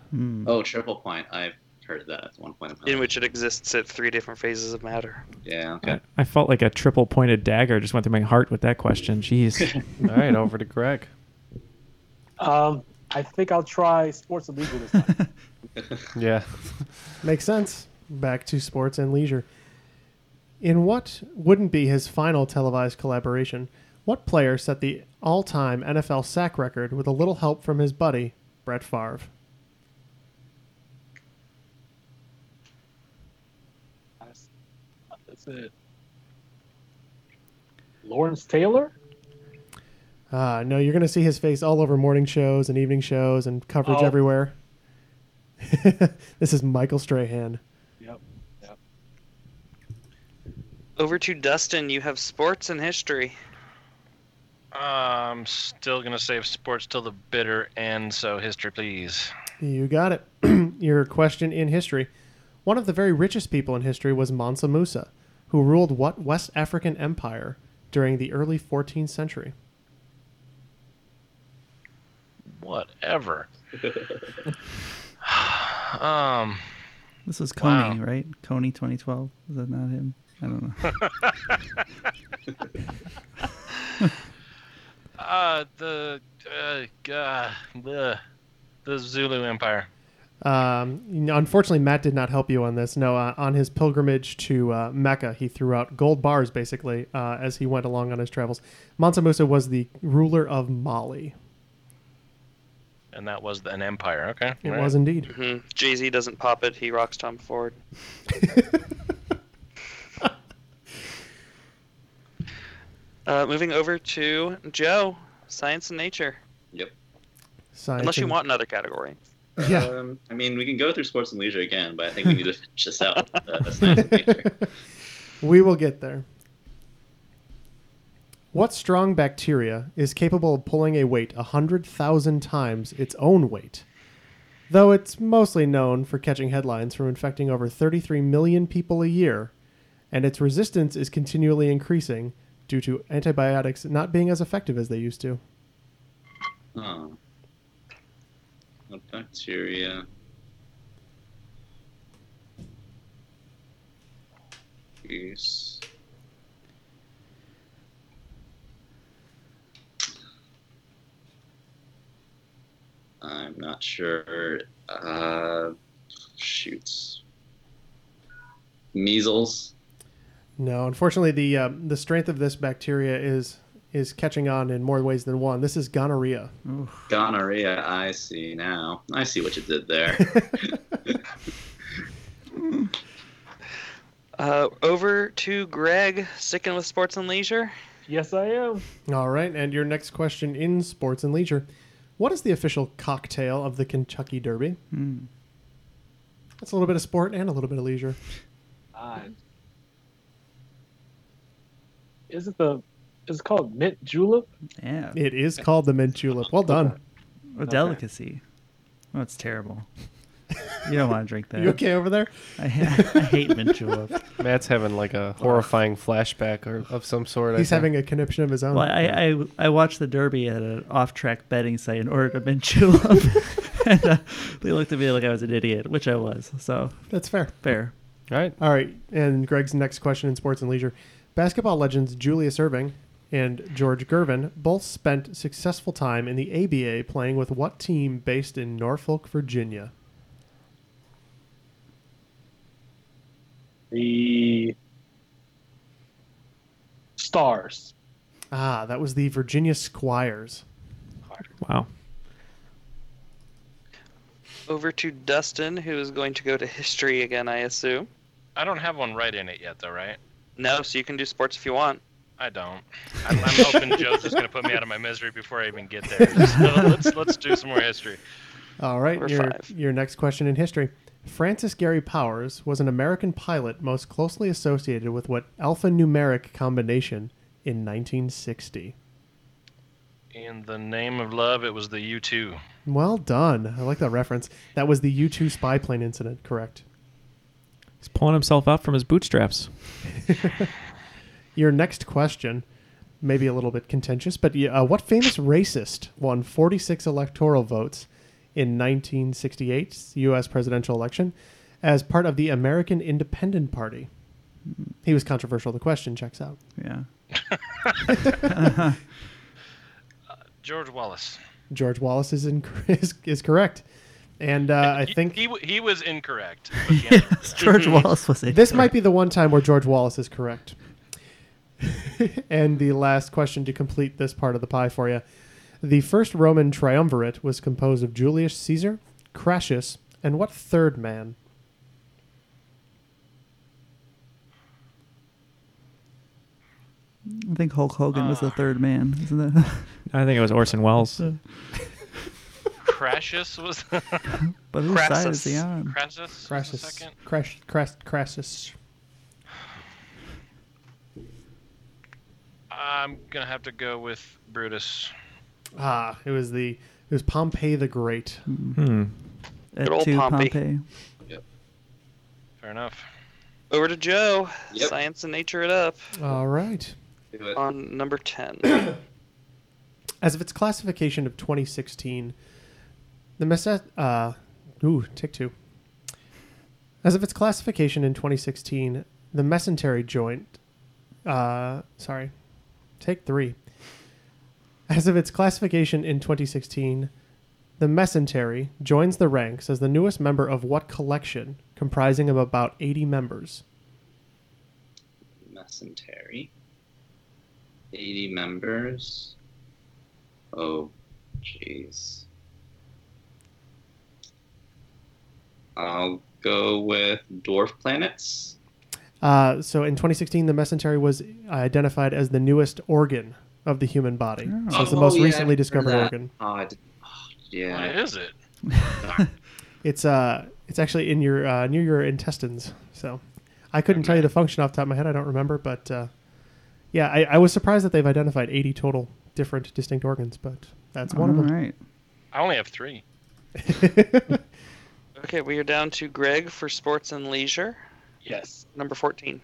[SPEAKER 6] Oh, triple point. I've heard of that at one point.
[SPEAKER 7] In which it exists at three different phases of matter.
[SPEAKER 6] Yeah.
[SPEAKER 5] I, I felt like a triple pointed dagger just went through my heart with that question.
[SPEAKER 7] [LAUGHS]
[SPEAKER 5] Jeez.
[SPEAKER 4] All right, over to Greg.
[SPEAKER 10] Um, I think I'll try sports and leisure this time.
[SPEAKER 4] [LAUGHS] Yeah.
[SPEAKER 2] Makes sense. Back to sports and leisure. In what wouldn't be his final televised collaboration, what player set the all time NFL sack record with a little help from his buddy, Brett Favre?
[SPEAKER 10] That's it. Lawrence Taylor.
[SPEAKER 2] Uh, no, you're going to see his face all over morning shows and evening shows and coverage
[SPEAKER 10] Oh.
[SPEAKER 2] everywhere. [LAUGHS] this is Michael Strahan.
[SPEAKER 10] Yep. Yep.
[SPEAKER 7] Over to Dustin, you have sports and history.
[SPEAKER 9] I'm still gonna save sports till the bitter end. So history, please.
[SPEAKER 2] You got it. [CLEARS THROAT] Your question in history. One of the very richest people in history was Mansa Musa, who ruled what West African empire during the early 14th century?
[SPEAKER 9] Whatever. um.
[SPEAKER 8] This was Coney, right? Coney 2012. Is that not him? I don't know.
[SPEAKER 9] Uh, the uh, uh, the the Zulu Empire.
[SPEAKER 2] Um, you know, unfortunately, Matt did not help you on this. No, uh, on his pilgrimage to uh, Mecca, he threw out gold bars basically uh, as he went along on his travels. Mansa Musa was the ruler of Mali.
[SPEAKER 9] And that was an empire, okay?
[SPEAKER 2] It
[SPEAKER 9] All right.
[SPEAKER 2] was indeed.
[SPEAKER 7] hmm Jay Z doesn't pop it, he rocks Tom
[SPEAKER 2] [LAUGHS]
[SPEAKER 7] Ford. uh, moving over to Joe, science and nature.
[SPEAKER 6] Yep.
[SPEAKER 2] Science
[SPEAKER 7] Unless you
[SPEAKER 2] and-
[SPEAKER 7] want another category.
[SPEAKER 2] Yeah.
[SPEAKER 6] Um, I mean, we can go through sports and leisure again, but I think we need to finish this out. Uh, that's nice of you.
[SPEAKER 2] We will get there. What strong bacteria is capable of pulling a weight 100,000 times its own weight? Though it's mostly known for catching headlines from infecting over 33 million people a year, and its resistance is continually increasing due to antibiotics not being as effective as they used to.
[SPEAKER 6] Oh. A bacteria. Use. I'm not sure. Uh, shoots. Measles.
[SPEAKER 2] No, unfortunately, the uh, the strength of this bacteria is is catching on in more ways than one. This is gonorrhea.
[SPEAKER 6] Gonorrhea, I see now. I see what you did there.
[SPEAKER 7] Uh, over to Greg, sticking with sports and leisure.
[SPEAKER 10] Yes, I am.
[SPEAKER 2] All right, and your next question in sports and leisure. What is the official cocktail of the Kentucky Derby? That's a little bit of sport and a little bit of leisure.
[SPEAKER 10] God. Is it the? Is it called mint julep?
[SPEAKER 8] Yeah.
[SPEAKER 2] It is called the mint julep. Well done.
[SPEAKER 8] A delicacy. Oh, it's terrible. You don't want to drink that.
[SPEAKER 2] You okay over there?
[SPEAKER 8] I, I hate mint julep.
[SPEAKER 4] Matt's having like a horrifying flashback or of some sort. I
[SPEAKER 2] He's
[SPEAKER 4] think.
[SPEAKER 2] having a conniption of his own.
[SPEAKER 8] Well, I, I I watched the Derby at an off-track betting site and ordered a mint julep, [LAUGHS] and uh, they looked at me like I was an idiot, which I was. So
[SPEAKER 2] That's fair.
[SPEAKER 8] Fair.
[SPEAKER 4] All right.
[SPEAKER 2] All right. And Greg's next question in sports and leisure. Basketball legends Julius Irving and George Gervin both spent successful time in the ABA playing with what team based in Norfolk, Virginia?
[SPEAKER 10] The Stars.
[SPEAKER 2] Ah, that was the Virginia Squires.
[SPEAKER 5] Wow.
[SPEAKER 7] Over to Dustin, who is going to go to history again, I assume.
[SPEAKER 9] I don't have one right in it yet, though, right?
[SPEAKER 7] No, so you can do sports if you want.
[SPEAKER 9] I don't. I'm, I'm hoping Joe's just going to put me out of my misery before I even get there. Just, uh, let's let's do some more history.
[SPEAKER 2] All right,
[SPEAKER 9] Or
[SPEAKER 2] your
[SPEAKER 9] five.
[SPEAKER 2] your next question in history. Francis Gary Powers was an American pilot most closely associated with what alphanumeric combination in 1960?
[SPEAKER 9] In the name of love, it was the U2.
[SPEAKER 2] Well done. I like that reference. That was the U-2 spy plane incident, correct?
[SPEAKER 5] He's pulling himself up from his bootstraps.
[SPEAKER 2] Your next question may be a little bit contentious, but yeah, uh, what famous racist won 46 electoral votes in 1968's U.S. presidential election as part of the American Independent Party? He was controversial. The question checks out.
[SPEAKER 8] Yeah.
[SPEAKER 9] George Wallace.
[SPEAKER 2] George Wallace is, in, [LAUGHS] is, is correct. And uh, I think Mm-hmm.
[SPEAKER 9] He w- he
[SPEAKER 8] [LAUGHS]
[SPEAKER 9] was incorrect.
[SPEAKER 8] yes, George Wallace was
[SPEAKER 2] This might be the one time where George Wallace is correct. [LAUGHS] and the last question to complete this part of the pie for you. The first Roman triumvirate was composed of Julius Caesar, Crassus, and what third man?
[SPEAKER 8] I think Hulk Hogan was the third man, isn't
[SPEAKER 2] [LAUGHS]
[SPEAKER 8] that?
[SPEAKER 5] I think it was Orson Welles.
[SPEAKER 9] Crassus was.
[SPEAKER 8] But whose side is the arm?
[SPEAKER 9] Crassus.
[SPEAKER 2] Crassus. Crash, crash, Crassus.
[SPEAKER 9] I'm gonna have to go with Brutus.
[SPEAKER 2] Ah, it was the it was Pompey the Great.
[SPEAKER 8] Hmm. At two Pompey.
[SPEAKER 9] Fair enough.
[SPEAKER 7] Over to Joe. Science and nature it up.
[SPEAKER 2] All right.
[SPEAKER 7] On number
[SPEAKER 10] [COUGHS]
[SPEAKER 7] 10.
[SPEAKER 2] As of its classification of 2016, the Mesa, uh, ooh, tick two. As of its classification in 2016, the mesentery joint, uh, sorry, take three. As of its classification in 2016, the mesentery joins the ranks as the newest member of what collection, comprising of about 80 members?
[SPEAKER 6] Mesentery. 80 members. Oh, jeez. I'll go with dwarf planets.
[SPEAKER 2] Uh, so in 2016, the mesentery was identified as the newest organ of the human body. So it's the
[SPEAKER 6] Oh,
[SPEAKER 2] most
[SPEAKER 6] yeah, I
[SPEAKER 2] recently
[SPEAKER 6] remember
[SPEAKER 2] discovered
[SPEAKER 6] that.
[SPEAKER 2] organ.
[SPEAKER 6] Oh, I did- oh, yeah.
[SPEAKER 9] What is it?
[SPEAKER 2] It's uh, it's actually in your uh, near your intestines. So I couldn't tell you the function off the top of my head. I don't remember, but uh, yeah, I, I was surprised that they've identified 80 total different distinct organs, but that's one of them.
[SPEAKER 8] All right.
[SPEAKER 9] [COUGHS] I only have
[SPEAKER 10] [LAUGHS]
[SPEAKER 9] three.
[SPEAKER 7] okay, we are down to Greg for sports and leisure.
[SPEAKER 10] Yes.
[SPEAKER 7] Number 14.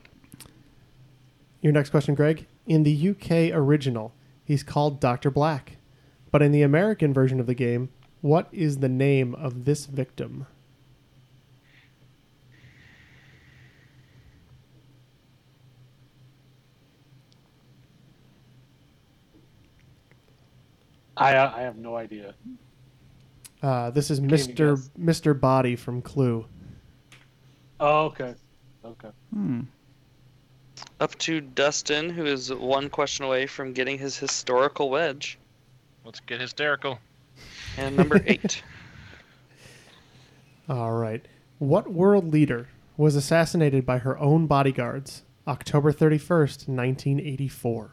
[SPEAKER 2] Your next question, Greg. In the UK original, he's called Doctor Black, but in the American version of the game, what is the name of this victim?
[SPEAKER 10] I I have no idea.
[SPEAKER 2] Uh, this is
[SPEAKER 10] Can't even
[SPEAKER 2] Mr. Mr. Body from Clue.
[SPEAKER 10] Oh, okay. Okay.
[SPEAKER 8] Hmm.
[SPEAKER 7] Up to Dustin, who is one question away from getting his historical wedge.
[SPEAKER 9] Let's get hysterical.
[SPEAKER 7] And
[SPEAKER 9] [LAUGHS]
[SPEAKER 7] number 8.
[SPEAKER 2] [LAUGHS] All right. What world leader was assassinated by her own bodyguards October 31st, 1984?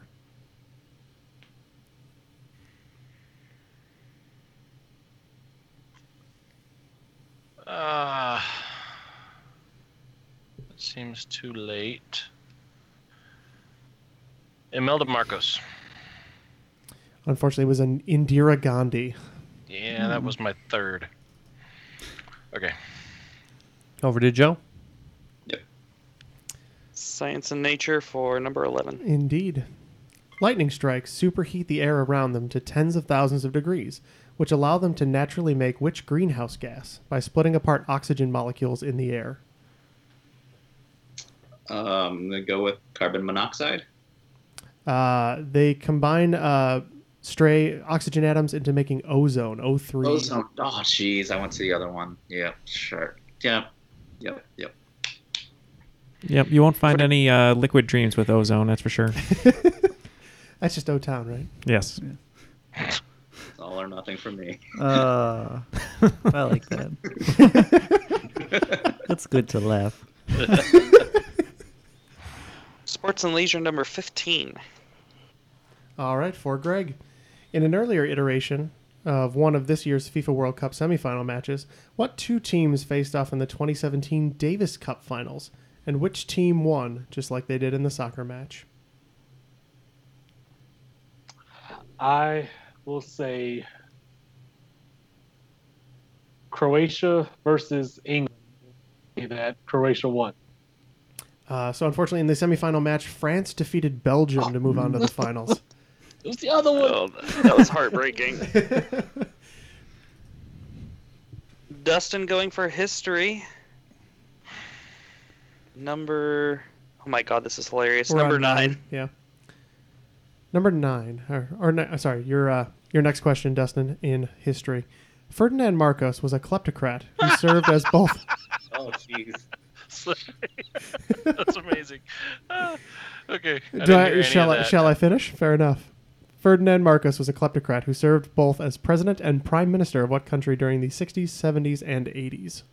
[SPEAKER 9] Uh, let's seems too late. Imelda Marcos.
[SPEAKER 2] Unfortunately, it was an Indira Gandhi.
[SPEAKER 9] Yeah, that was my third. Okay.
[SPEAKER 4] Over to Joe.
[SPEAKER 7] Science and nature for number 11.
[SPEAKER 2] Indeed. Lightning strikes superheat the air around them to tens of thousands of degrees, which allow them to naturally make which greenhouse gas by splitting apart oxygen molecules in the air.
[SPEAKER 6] [LAUGHS] Um, I'm gonna go with carbon monoxide.
[SPEAKER 2] Uh, they combine uh, stray oxygen atoms into making ozone, O3.
[SPEAKER 6] Ozone. Oh, jeez, I went to the other one. Yeah, sure. Yeah, yep, yep.
[SPEAKER 5] Yep, you won't find any uh, liquid dreams with ozone, that's
[SPEAKER 4] [LAUGHS]
[SPEAKER 5] for sure.
[SPEAKER 2] That's just O Town, right?
[SPEAKER 5] Yes.
[SPEAKER 6] It's all or nothing for me.
[SPEAKER 8] Uh, I like
[SPEAKER 6] [LAUGHS]
[SPEAKER 8] that. [LAUGHS] That's good to laugh.
[SPEAKER 7] Sports and leisure number 15.
[SPEAKER 2] All right, for Greg. In an earlier iteration of one of this year's FIFA World Cup semifinal matches, what two teams faced off in the 2017 Davis Cup finals? And which team won, just like they did in the soccer match?
[SPEAKER 10] I will say Croatia versus England. That Croatia won.
[SPEAKER 2] Uh, so, unfortunately, in the semifinal match, France defeated Belgium to move on to the finals.
[SPEAKER 10] It was the other one.
[SPEAKER 7] Oh, that was
[SPEAKER 5] [LAUGHS]
[SPEAKER 7] heartbreaking. Dustin going for history. Number. Oh my god, this is hilarious.
[SPEAKER 2] We're
[SPEAKER 7] number
[SPEAKER 2] on
[SPEAKER 7] nine.
[SPEAKER 2] Yeah. Number nine, or, or ni- uh, sorry, your uh, your next question, Dustin, in history. Ferdinand Marcos was a kleptocrat
[SPEAKER 9] [LAUGHS]
[SPEAKER 2] who served as both.
[SPEAKER 6] Oh, jeez.
[SPEAKER 9] That's amazing. Ah, okay. I
[SPEAKER 2] Do
[SPEAKER 9] didn't hear
[SPEAKER 2] I,
[SPEAKER 9] any
[SPEAKER 2] shall
[SPEAKER 9] of
[SPEAKER 2] I,
[SPEAKER 9] that.
[SPEAKER 2] shall I finish? Fair enough. Ferdinand Marcos was a kleptocrat who served both as president and prime minister of what country during the 60s, 70s, and 80s?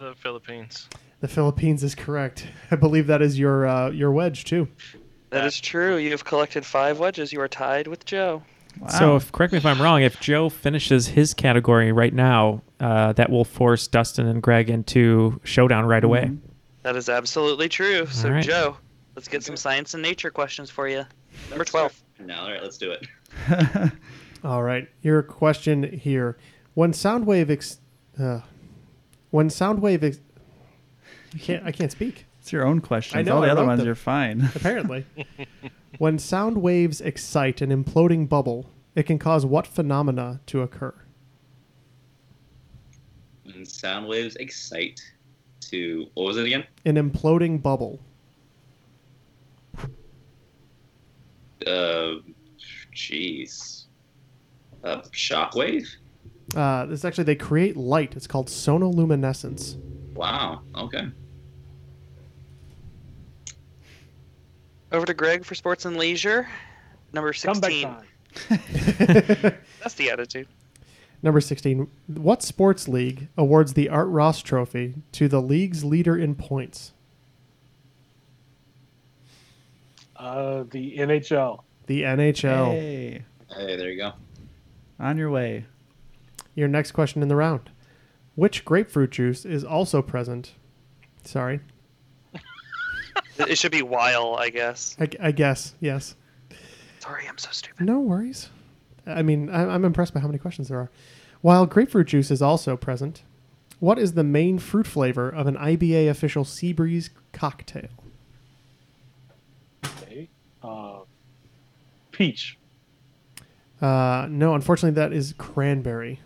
[SPEAKER 9] The Philippines.
[SPEAKER 2] The Philippines is correct. [LAUGHS] I believe that is your uh, your wedge too.
[SPEAKER 7] That is true. You have collected five wedges. You are tied with Joe.
[SPEAKER 5] So, if, correct me if I'm wrong, if Joe finishes his category right now, uh, that will force Dustin and Greg into showdown right away.
[SPEAKER 7] That is absolutely true. So,
[SPEAKER 5] All right.
[SPEAKER 7] Joe, let's get some science and nature questions for you. Number 12.
[SPEAKER 6] No, all right, let's do it.
[SPEAKER 2] All right, your question here: When sound wave, ex- uh, when sound wave, ex- I can't I can't speak.
[SPEAKER 8] It's your own questions.
[SPEAKER 2] I know,
[SPEAKER 8] All the
[SPEAKER 2] I
[SPEAKER 8] other
[SPEAKER 2] wrote
[SPEAKER 8] ones
[SPEAKER 2] them.
[SPEAKER 8] are fine.
[SPEAKER 2] [LAUGHS] Apparently, when sound waves excite an imploding bubble, it can cause what phenomena to occur?
[SPEAKER 6] When sound waves excite to what was it again?
[SPEAKER 2] An imploding bubble.
[SPEAKER 6] Uh, jeez. Uh, shockwave.
[SPEAKER 2] Uh, this actually they create light. It's called sonoluminescence.
[SPEAKER 6] Wow. Okay.
[SPEAKER 7] Over to Greg for sports and leisure. Number 16. That's the attitude.
[SPEAKER 2] Number 16. What sports league awards the Art Ross Trophy to the league's leader in points?
[SPEAKER 10] Uh, the NHL.
[SPEAKER 2] The NHL.
[SPEAKER 8] Hey,
[SPEAKER 6] Hey, there you go.
[SPEAKER 8] on your way.
[SPEAKER 2] Your next question in the round. Which grapefruit juice is also present? Sorry.
[SPEAKER 7] It should be while, I guess.
[SPEAKER 2] I, I guess. Yes.
[SPEAKER 7] Sorry, I'm so stupid.
[SPEAKER 2] No worries. I mean, I- I'm impressed by how many questions there are. While grapefruit juice is also present, what is the main fruit flavor of an IBA official Seabreeze cocktail?
[SPEAKER 10] Okay. Uh, peach.
[SPEAKER 2] Uh, no, unfortunately, that is cranberry.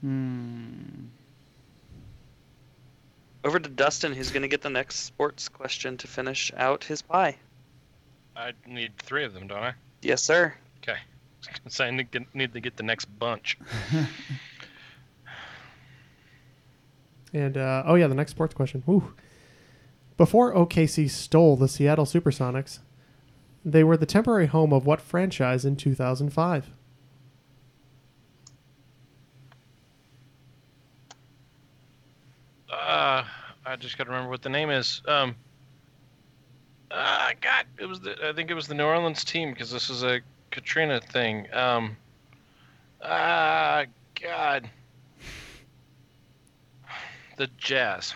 [SPEAKER 8] Hmm.
[SPEAKER 7] Over to Dustin, who's going to get the next sports question to finish out his pie.
[SPEAKER 9] I need three of them, don't I?
[SPEAKER 7] Yes, sir.
[SPEAKER 9] Okay. [LAUGHS] So I need to get, need to get the next bunch.
[SPEAKER 2] And uh, oh yeah, the next sports question. Woo. Before OKC stole the Seattle SuperSonics, they were the temporary home of what franchise in 2005?
[SPEAKER 9] Uh, I just got to remember what the name is. Um, uh, God, it was the I think it was the New Orleans team because this is a Katrina thing. Um, ah, [SIGHS] God, the Jazz.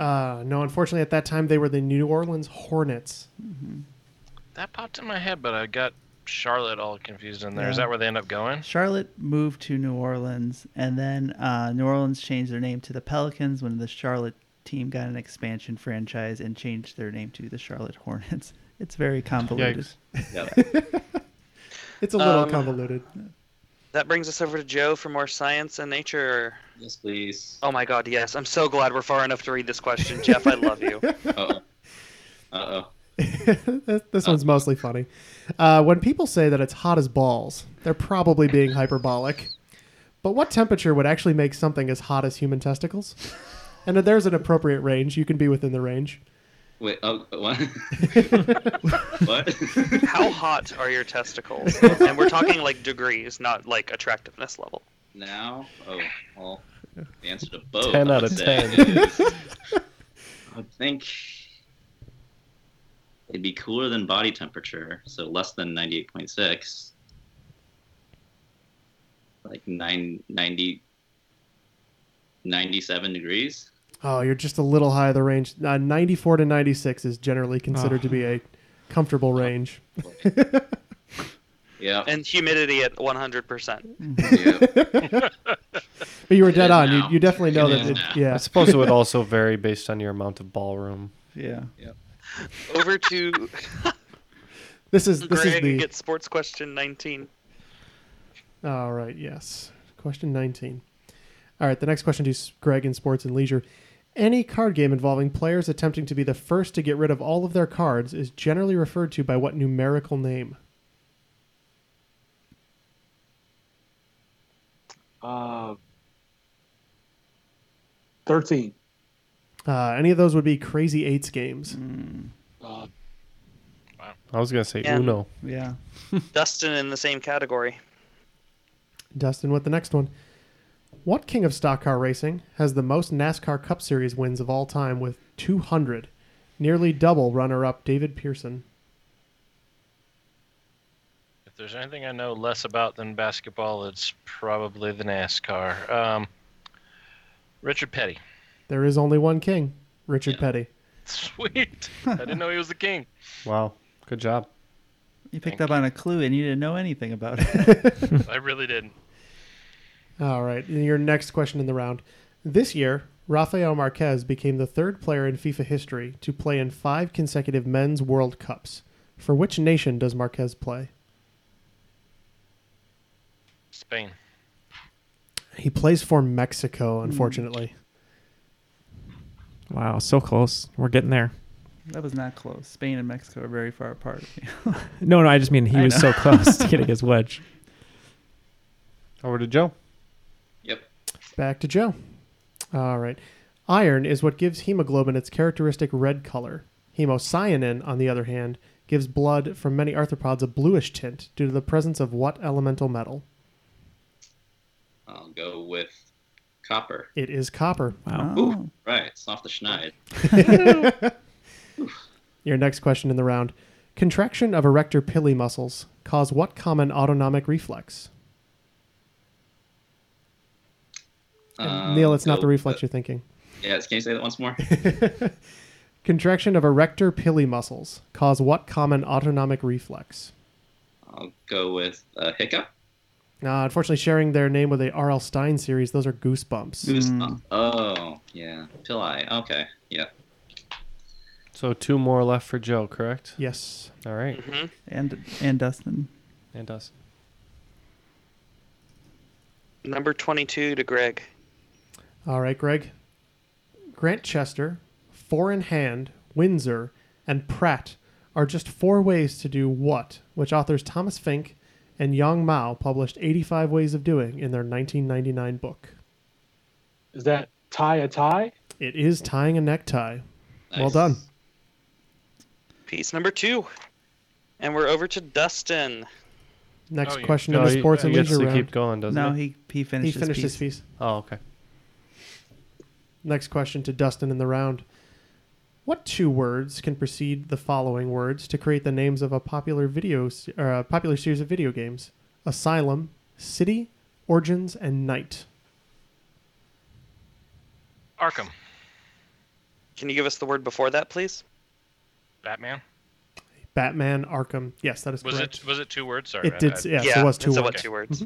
[SPEAKER 2] Uh, no, unfortunately, at that time they were the New Orleans Hornets.
[SPEAKER 9] That popped in my head, but I got Charlotte all confused in there. Is
[SPEAKER 8] Yeah.
[SPEAKER 9] that where they end up
[SPEAKER 8] [LAUGHS]
[SPEAKER 9] going?
[SPEAKER 8] Charlotte moved to New Orleans, and then uh, New Orleans changed their name to the Pelicans when the Charlotte team got an expansion franchise and changed their name to the Charlotte Hornets. [LAUGHS] It's very convoluted. [LAUGHS]
[SPEAKER 2] It's a little
[SPEAKER 7] Um,
[SPEAKER 2] convoluted.
[SPEAKER 7] That brings us over to Joe for more science and nature.
[SPEAKER 6] Yes, please.
[SPEAKER 7] Oh my God, yes! I'm so glad we're far enough to read this question, Jeff. I love
[SPEAKER 6] [LAUGHS]
[SPEAKER 7] you.
[SPEAKER 6] Uh oh.
[SPEAKER 2] this this one's mostly funny. Uh, when people say that it's hot as balls, they're probably being hyperbolic. But what temperature would actually make something as hot as human testicles? And if there's an appropriate range, you can be within the range.
[SPEAKER 7] [LAUGHS]
[SPEAKER 6] Wait. Oh, what? [LAUGHS] what?
[SPEAKER 7] [LAUGHS] How hot are your testicles? and we're talking like degrees, not like attractiveness level.
[SPEAKER 6] Now? Oh, well. The answer to both.
[SPEAKER 4] 10
[SPEAKER 6] I
[SPEAKER 4] out
[SPEAKER 6] would
[SPEAKER 4] of
[SPEAKER 6] say,
[SPEAKER 4] 10.
[SPEAKER 6] is- [LAUGHS] I would think it'd be cooler than body temperature, so less than 98.6. Like nine, 90, 97 degrees?
[SPEAKER 2] Oh, you're just a little high of the range. Uh, 94 to 96 is generally considered to be a comfortable range. [LAUGHS]
[SPEAKER 6] Yeah.
[SPEAKER 7] And humidity at 100. percent
[SPEAKER 2] But you were dead on. You, you definitely know that. It, yeah.
[SPEAKER 4] I suppose it would also vary based on your amount of ballroom.
[SPEAKER 8] Yeah.
[SPEAKER 7] [LAUGHS] Over to
[SPEAKER 2] [LAUGHS] This is this
[SPEAKER 7] Greg
[SPEAKER 2] is the
[SPEAKER 7] gets sports question 19.
[SPEAKER 2] [LAUGHS] All right, yes. Question 19. All right, the next question is Greg in Sports and Leisure. Any card game involving players attempting to be the first to get rid of all of their cards is generally referred to by what numerical name?
[SPEAKER 10] Uh, Thirteen.
[SPEAKER 2] Uh, any of those would be Crazy Eights games.
[SPEAKER 10] Uh,
[SPEAKER 4] I was gonna say
[SPEAKER 7] Yeah.
[SPEAKER 4] Uno.
[SPEAKER 8] Yeah.
[SPEAKER 7] Dustin in the same category.
[SPEAKER 2] Dustin with the next one. What king of stock car racing has the most NASCAR Cup Series wins of all time with 200? Nearly double runner up David Pearson.
[SPEAKER 9] If there's anything I know less about than basketball, it's probably the NASCAR. Um, Richard Petty. [LAUGHS]
[SPEAKER 2] There is only one king, Richard Petty.
[SPEAKER 9] Sweet. I didn't know he was the [LAUGHS] king.
[SPEAKER 4] Wow. Good job.
[SPEAKER 8] You picked up on a clue and you didn't know anything
[SPEAKER 2] [LAUGHS]
[SPEAKER 8] about it.
[SPEAKER 9] I really didn't.
[SPEAKER 2] All right. and Your next question in the round. This year, Rafael Marquez became the third player in FIFA history to play in five consecutive men's World Cups. For which nation does Marquez play?
[SPEAKER 9] Spain.
[SPEAKER 2] He plays for Mexico, unfortunately.
[SPEAKER 4] Mm-hmm.
[SPEAKER 5] Wow, so close. We're getting there.
[SPEAKER 8] that was not close. Spain and Mexico are very far apart. [LAUGHS]
[SPEAKER 5] No, no, I just mean he
[SPEAKER 8] I
[SPEAKER 5] was
[SPEAKER 8] know.
[SPEAKER 5] so close
[SPEAKER 4] [LAUGHS]
[SPEAKER 5] to getting his wedge.
[SPEAKER 4] Over to Joe.
[SPEAKER 2] Back to Joe. All right. Iron is what gives hemoglobin its characteristic red color. Hemocyanin, on the other hand, gives blood from many arthropods a bluish tint due to the presence of what elemental metal?
[SPEAKER 6] I'll go with copper.
[SPEAKER 2] It is copper.
[SPEAKER 6] Ooh, right. It's off the schneid.
[SPEAKER 2] Your next question in the round. Contraction of erector pili muscles cause what common autonomic reflex? And
[SPEAKER 6] Um,
[SPEAKER 2] Neil, it's not
[SPEAKER 6] go
[SPEAKER 2] the reflex you're thinking.
[SPEAKER 6] Yes, can you say that once more?
[SPEAKER 2] Contraction of erector pili muscles cause what common autonomic reflex?
[SPEAKER 6] I'll go with uh, hiccup.
[SPEAKER 2] Now, Uh, unfortunately, sharing their name with a R.L. Stein series, those are goosebumps.
[SPEAKER 6] Oh, yeah. Pili. Okay. Yeah.
[SPEAKER 4] So two more left for Joe, correct?
[SPEAKER 2] Yes.
[SPEAKER 4] All right.
[SPEAKER 7] Mm-hmm.
[SPEAKER 8] and and Dustin.
[SPEAKER 4] And us.
[SPEAKER 7] Number 22 to Greg.
[SPEAKER 2] All right, Greg. Grant Chester, Four in Hand, Windsor, and Pratt are just four ways to do what, which authors Thomas Fink and Yang Mao published 85 Ways of Doing in their 1999 book.
[SPEAKER 10] is that tie a tie?
[SPEAKER 2] It is tying a necktie. Well done.
[SPEAKER 7] Piece number two. And we're over to Dustin.
[SPEAKER 2] Next
[SPEAKER 7] Oh, you-
[SPEAKER 2] question
[SPEAKER 4] no,
[SPEAKER 2] in the
[SPEAKER 4] he-
[SPEAKER 2] sports
[SPEAKER 4] he
[SPEAKER 2] and
[SPEAKER 4] gets
[SPEAKER 2] leisure
[SPEAKER 4] to
[SPEAKER 2] round.
[SPEAKER 4] keep going, doesn't
[SPEAKER 8] No, he- he he finished
[SPEAKER 2] He
[SPEAKER 8] his
[SPEAKER 2] finished his
[SPEAKER 8] piece.
[SPEAKER 2] piece.
[SPEAKER 4] Oh, okay.
[SPEAKER 2] Next question to Dustin in the round. What two words can precede the following words to create the names of a popular video se- or a popular series of video games? Asylum, City, Origins, and Night.
[SPEAKER 9] Arkham.
[SPEAKER 7] Can you give us the word before that, please?
[SPEAKER 9] Batman.
[SPEAKER 2] Batman Arkham. Yes, that is
[SPEAKER 9] Was
[SPEAKER 2] correct.
[SPEAKER 9] it was it two words? Sorry,
[SPEAKER 2] It did- yes, it was two
[SPEAKER 7] it's a
[SPEAKER 2] words. Mm-hmm.
[SPEAKER 7] what, two words.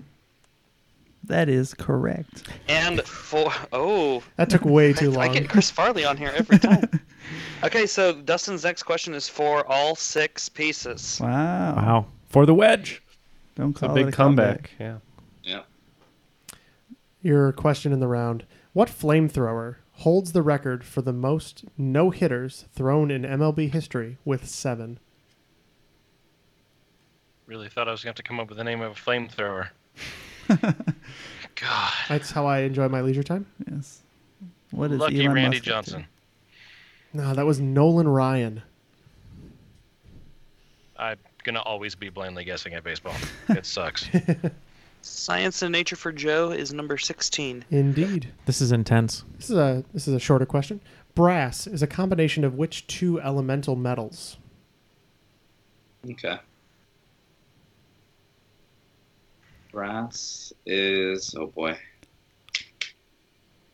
[SPEAKER 2] That is correct.
[SPEAKER 7] And for oh,
[SPEAKER 2] That took way too
[SPEAKER 7] I
[SPEAKER 2] long.
[SPEAKER 7] get Chris Farley on here every
[SPEAKER 2] [LAUGHS]
[SPEAKER 7] time. okay, so Dustin's next question is for all six pieces.
[SPEAKER 8] Wow.
[SPEAKER 5] Wow. For the wedge.
[SPEAKER 8] Don't
[SPEAKER 4] It's a
[SPEAKER 8] call
[SPEAKER 4] big
[SPEAKER 8] it a
[SPEAKER 4] comeback.
[SPEAKER 8] comeback.
[SPEAKER 4] Yeah.
[SPEAKER 2] Your question in the round. What flamethrower holds the record for the most no hitters thrown in MLB history with seven?
[SPEAKER 9] Really thought I was gonna have to come up with the name of a flamethrower.
[SPEAKER 2] That's how I enjoy my leisure time.
[SPEAKER 8] Yes. What is
[SPEAKER 9] Lucky
[SPEAKER 8] Elon
[SPEAKER 9] Randy
[SPEAKER 8] Musk up to?
[SPEAKER 9] Johnson.
[SPEAKER 2] No, that was Nolan Ryan.
[SPEAKER 9] I'm gonna always be blindly guessing at baseball. It
[SPEAKER 2] [LAUGHS]
[SPEAKER 9] sucks.
[SPEAKER 7] Science and Nature for Joe is number sixteen.
[SPEAKER 2] Indeed.
[SPEAKER 5] This is intense.
[SPEAKER 2] This is a this is a shorter question. Brass is a combination of which two elemental metals?
[SPEAKER 6] Okay. Brass is oh boy.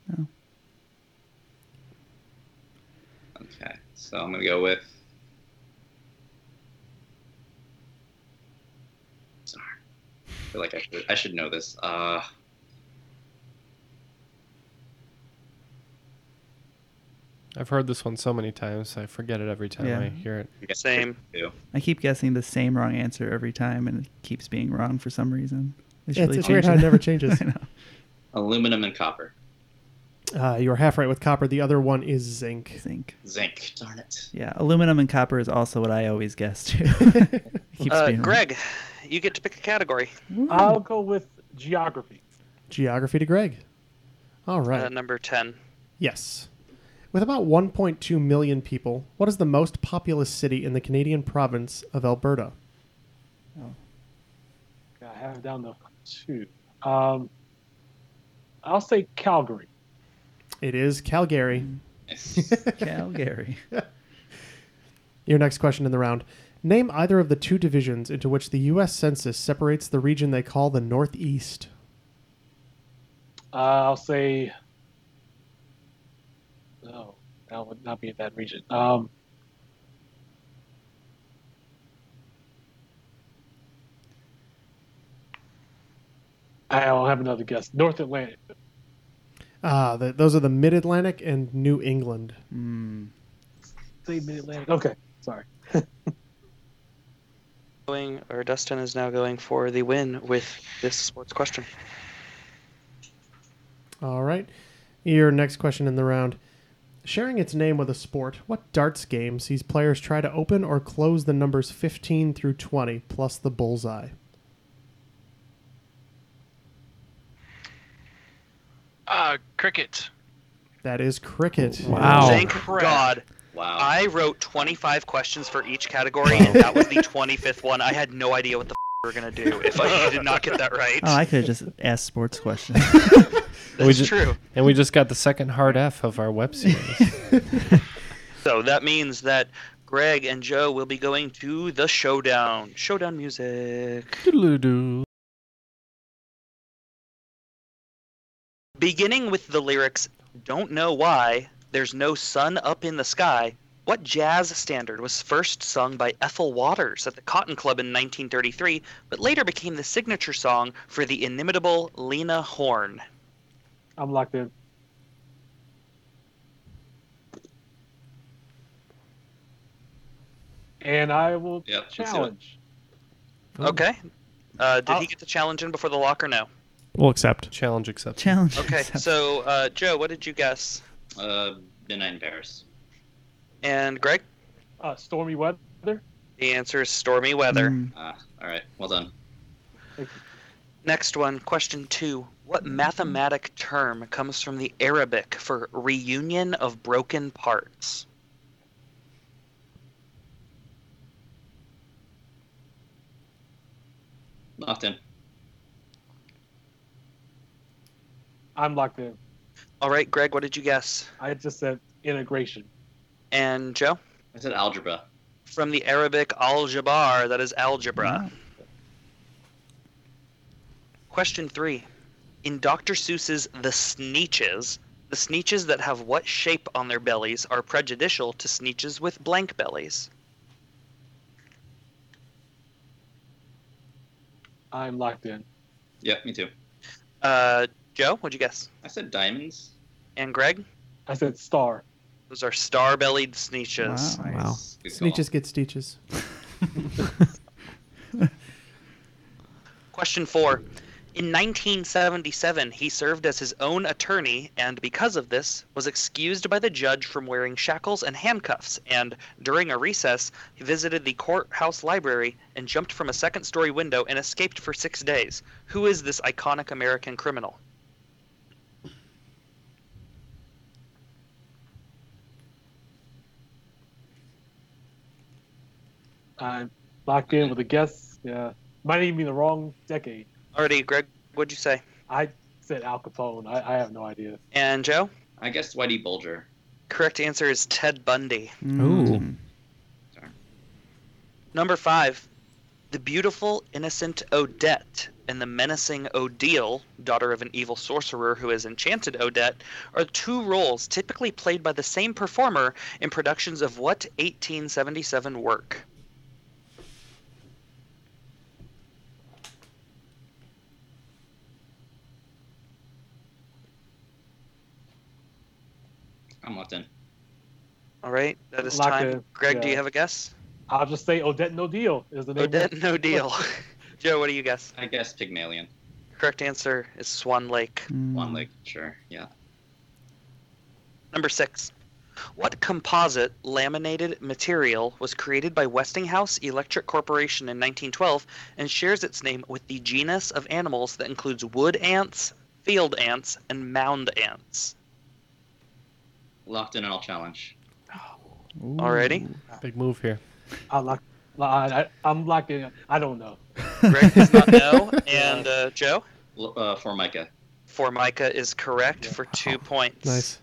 [SPEAKER 8] No.
[SPEAKER 6] Okay, so I'm gonna go with. Sorry, I feel like I should I should know this. Uh.
[SPEAKER 4] I've heard this one so many times. I forget it every time
[SPEAKER 8] Yeah. Oh,
[SPEAKER 4] I hear it.
[SPEAKER 7] Same.
[SPEAKER 8] I keep guessing the same wrong answer every time, and it keeps being wrong for some reason. They should
[SPEAKER 2] Yeah, it's-
[SPEAKER 8] really
[SPEAKER 2] it's weird
[SPEAKER 8] change
[SPEAKER 2] how
[SPEAKER 8] [LAUGHS]
[SPEAKER 2] it never changes.
[SPEAKER 8] I know.
[SPEAKER 6] Aluminum and copper.
[SPEAKER 2] Uh, you are half right with copper. The other one is zinc.
[SPEAKER 8] Zinc.
[SPEAKER 6] Zinc. Darn it.
[SPEAKER 8] Yeah, aluminum and copper is also what I always guess
[SPEAKER 2] [LAUGHS]
[SPEAKER 8] too. It [LAUGHS] keeps
[SPEAKER 7] Uh,
[SPEAKER 8] being wrong.
[SPEAKER 7] Greg, you get to pick a category.
[SPEAKER 10] I'll go with geography.
[SPEAKER 2] Geography to Greg. All right.
[SPEAKER 7] Uh, number ten.
[SPEAKER 2] Yes. With about 1.2 million people, what is the most populous city in the Canadian province of Alberta?
[SPEAKER 10] I have it down to two. Um, I'll say Calgary.
[SPEAKER 2] It is Calgary.
[SPEAKER 8] Mm.
[SPEAKER 2] [LAUGHS]
[SPEAKER 5] [LAUGHS]
[SPEAKER 8] Calgary.
[SPEAKER 2] Your next question in the round. Name either of the two divisions into which the U.S. Census separates the region they call the Northeast.
[SPEAKER 10] Uh, I'll say. No, that would not be in that region. Um, I'll have another guess. North Atlantic.
[SPEAKER 2] Ah, th those are the Mid Atlantic and New England.
[SPEAKER 10] Say Mid Atlantic. Okay, sorry.
[SPEAKER 7] Going or Dustin is now going for the win with this sports question.
[SPEAKER 2] All right. Your next question in the round. Sharing its name with a sport, what darts game sees players try to open or close the numbers 15 through 20 plus the bullseye?
[SPEAKER 9] Uh, cricket.
[SPEAKER 2] That is cricket.
[SPEAKER 7] Thank Oh, God.
[SPEAKER 6] Wow.
[SPEAKER 7] I wrote 25 questions for each category, and that was the 25th one. I had no idea what the f- we were going to do if I did not get that right.
[SPEAKER 8] Oh, I could have just asked sports questions.
[SPEAKER 4] [LAUGHS] And we
[SPEAKER 7] That's
[SPEAKER 4] ju-
[SPEAKER 7] true.
[SPEAKER 4] And we just got the second hard F of our
[SPEAKER 8] [LAUGHS]
[SPEAKER 4] web series.
[SPEAKER 7] So that means that Greg and Joe will be going to the showdown. Showdown music.
[SPEAKER 4] Doodle-doo.
[SPEAKER 7] Beginning with the lyrics, Don't Know Why, There's No Sun Up in the Sky. What jazz standard was first sung by Ethel Waters at the Cotton Club in 1933, but later became the signature song for the inimitable Lena Horne?
[SPEAKER 10] I'm locked in. And I will
[SPEAKER 6] Yep, let's do it.
[SPEAKER 10] challenge.
[SPEAKER 7] Okay. Uh, did he get the challenge in before the lock or no?
[SPEAKER 5] We'll accept.
[SPEAKER 4] Challenge accepted.
[SPEAKER 8] Challenge.
[SPEAKER 7] Okay, so uh, Joe, what did you guess?
[SPEAKER 6] Uh, midnight in Paris.
[SPEAKER 7] And Greg?
[SPEAKER 10] Uh, stormy weather.
[SPEAKER 7] The answer is stormy weather.
[SPEAKER 6] Ah, all right. Well done.
[SPEAKER 7] Next one, question two. What mathematic term comes from the Arabic for reunion of broken parts?
[SPEAKER 6] Locked in.
[SPEAKER 10] I'm locked in.
[SPEAKER 7] All right, Greg, what did you guess?
[SPEAKER 10] I just said integration.
[SPEAKER 7] And Joe?
[SPEAKER 6] I said algebra.
[SPEAKER 7] From the Arabic al jabar, that is algebra. Question three. In Dr. Seuss's The Sneeches, The sneeches that have what shape on their bellies are prejudicial to sneeches with blank bellies.
[SPEAKER 10] I'm locked in.
[SPEAKER 6] Yeah, me too.
[SPEAKER 7] Uh, Joe, what'd you guess?
[SPEAKER 6] I said diamonds.
[SPEAKER 7] And Greg?
[SPEAKER 10] I said star.
[SPEAKER 7] Those are star bellied sneeches.
[SPEAKER 19] Wow. Sneeches get stitches.
[SPEAKER 7] Question four. In 1977, he served as his own attorney and, because of this, was excused by the judge from wearing shackles and handcuffs. And, during a recess, he visited the courthouse library and jumped from a second story window and escaped for six days. Who is this iconic American criminal?
[SPEAKER 10] I'm locked in with a guess. Yeah, might even be the wrong decade.
[SPEAKER 7] Already, Greg, what'd you say?
[SPEAKER 10] I said Al Capone. I, I have no idea.
[SPEAKER 7] And, Joe?
[SPEAKER 6] I guess Whitey Bulger.
[SPEAKER 7] Correct answer is Ted Bundy.
[SPEAKER 8] Mm.
[SPEAKER 19] Ooh.
[SPEAKER 7] Number five, the beautiful, innocent Odette and the menacing Odile, daughter of an evil sorcerer who has enchanted Odette, are two roles typically played by the same performer in productions of what 1877 work?
[SPEAKER 6] I'm locked in.
[SPEAKER 7] All right, that is
[SPEAKER 10] Locked
[SPEAKER 7] time.
[SPEAKER 10] in,
[SPEAKER 7] Greg, do
[SPEAKER 10] yeah.
[SPEAKER 7] you have a guess?
[SPEAKER 10] I'll just say Odette No Deal is the name.
[SPEAKER 7] Odette No Deal. [LAUGHS] Joe, what do you guess?
[SPEAKER 6] I guess Pygmalion.
[SPEAKER 7] Correct answer is Swan Lake.
[SPEAKER 6] One leg, sure. Yeah.
[SPEAKER 7] Number six. What composite laminated material was created by Westinghouse Electric Corporation in 1912 and shares its name with the genus of animals that includes wood ants, field ants, and mound ants?
[SPEAKER 6] Locked in and I'll challenge.
[SPEAKER 7] Alrighty.
[SPEAKER 4] Big move here.
[SPEAKER 10] I lock, I, I, am locked in. I
[SPEAKER 5] [LAUGHS]
[SPEAKER 10] don't know.
[SPEAKER 7] Greg does not know, and uh, Joe?
[SPEAKER 6] L- uh, Formica.
[SPEAKER 7] Formica is correct for
[SPEAKER 6] Oh,
[SPEAKER 7] two points.
[SPEAKER 2] Nice.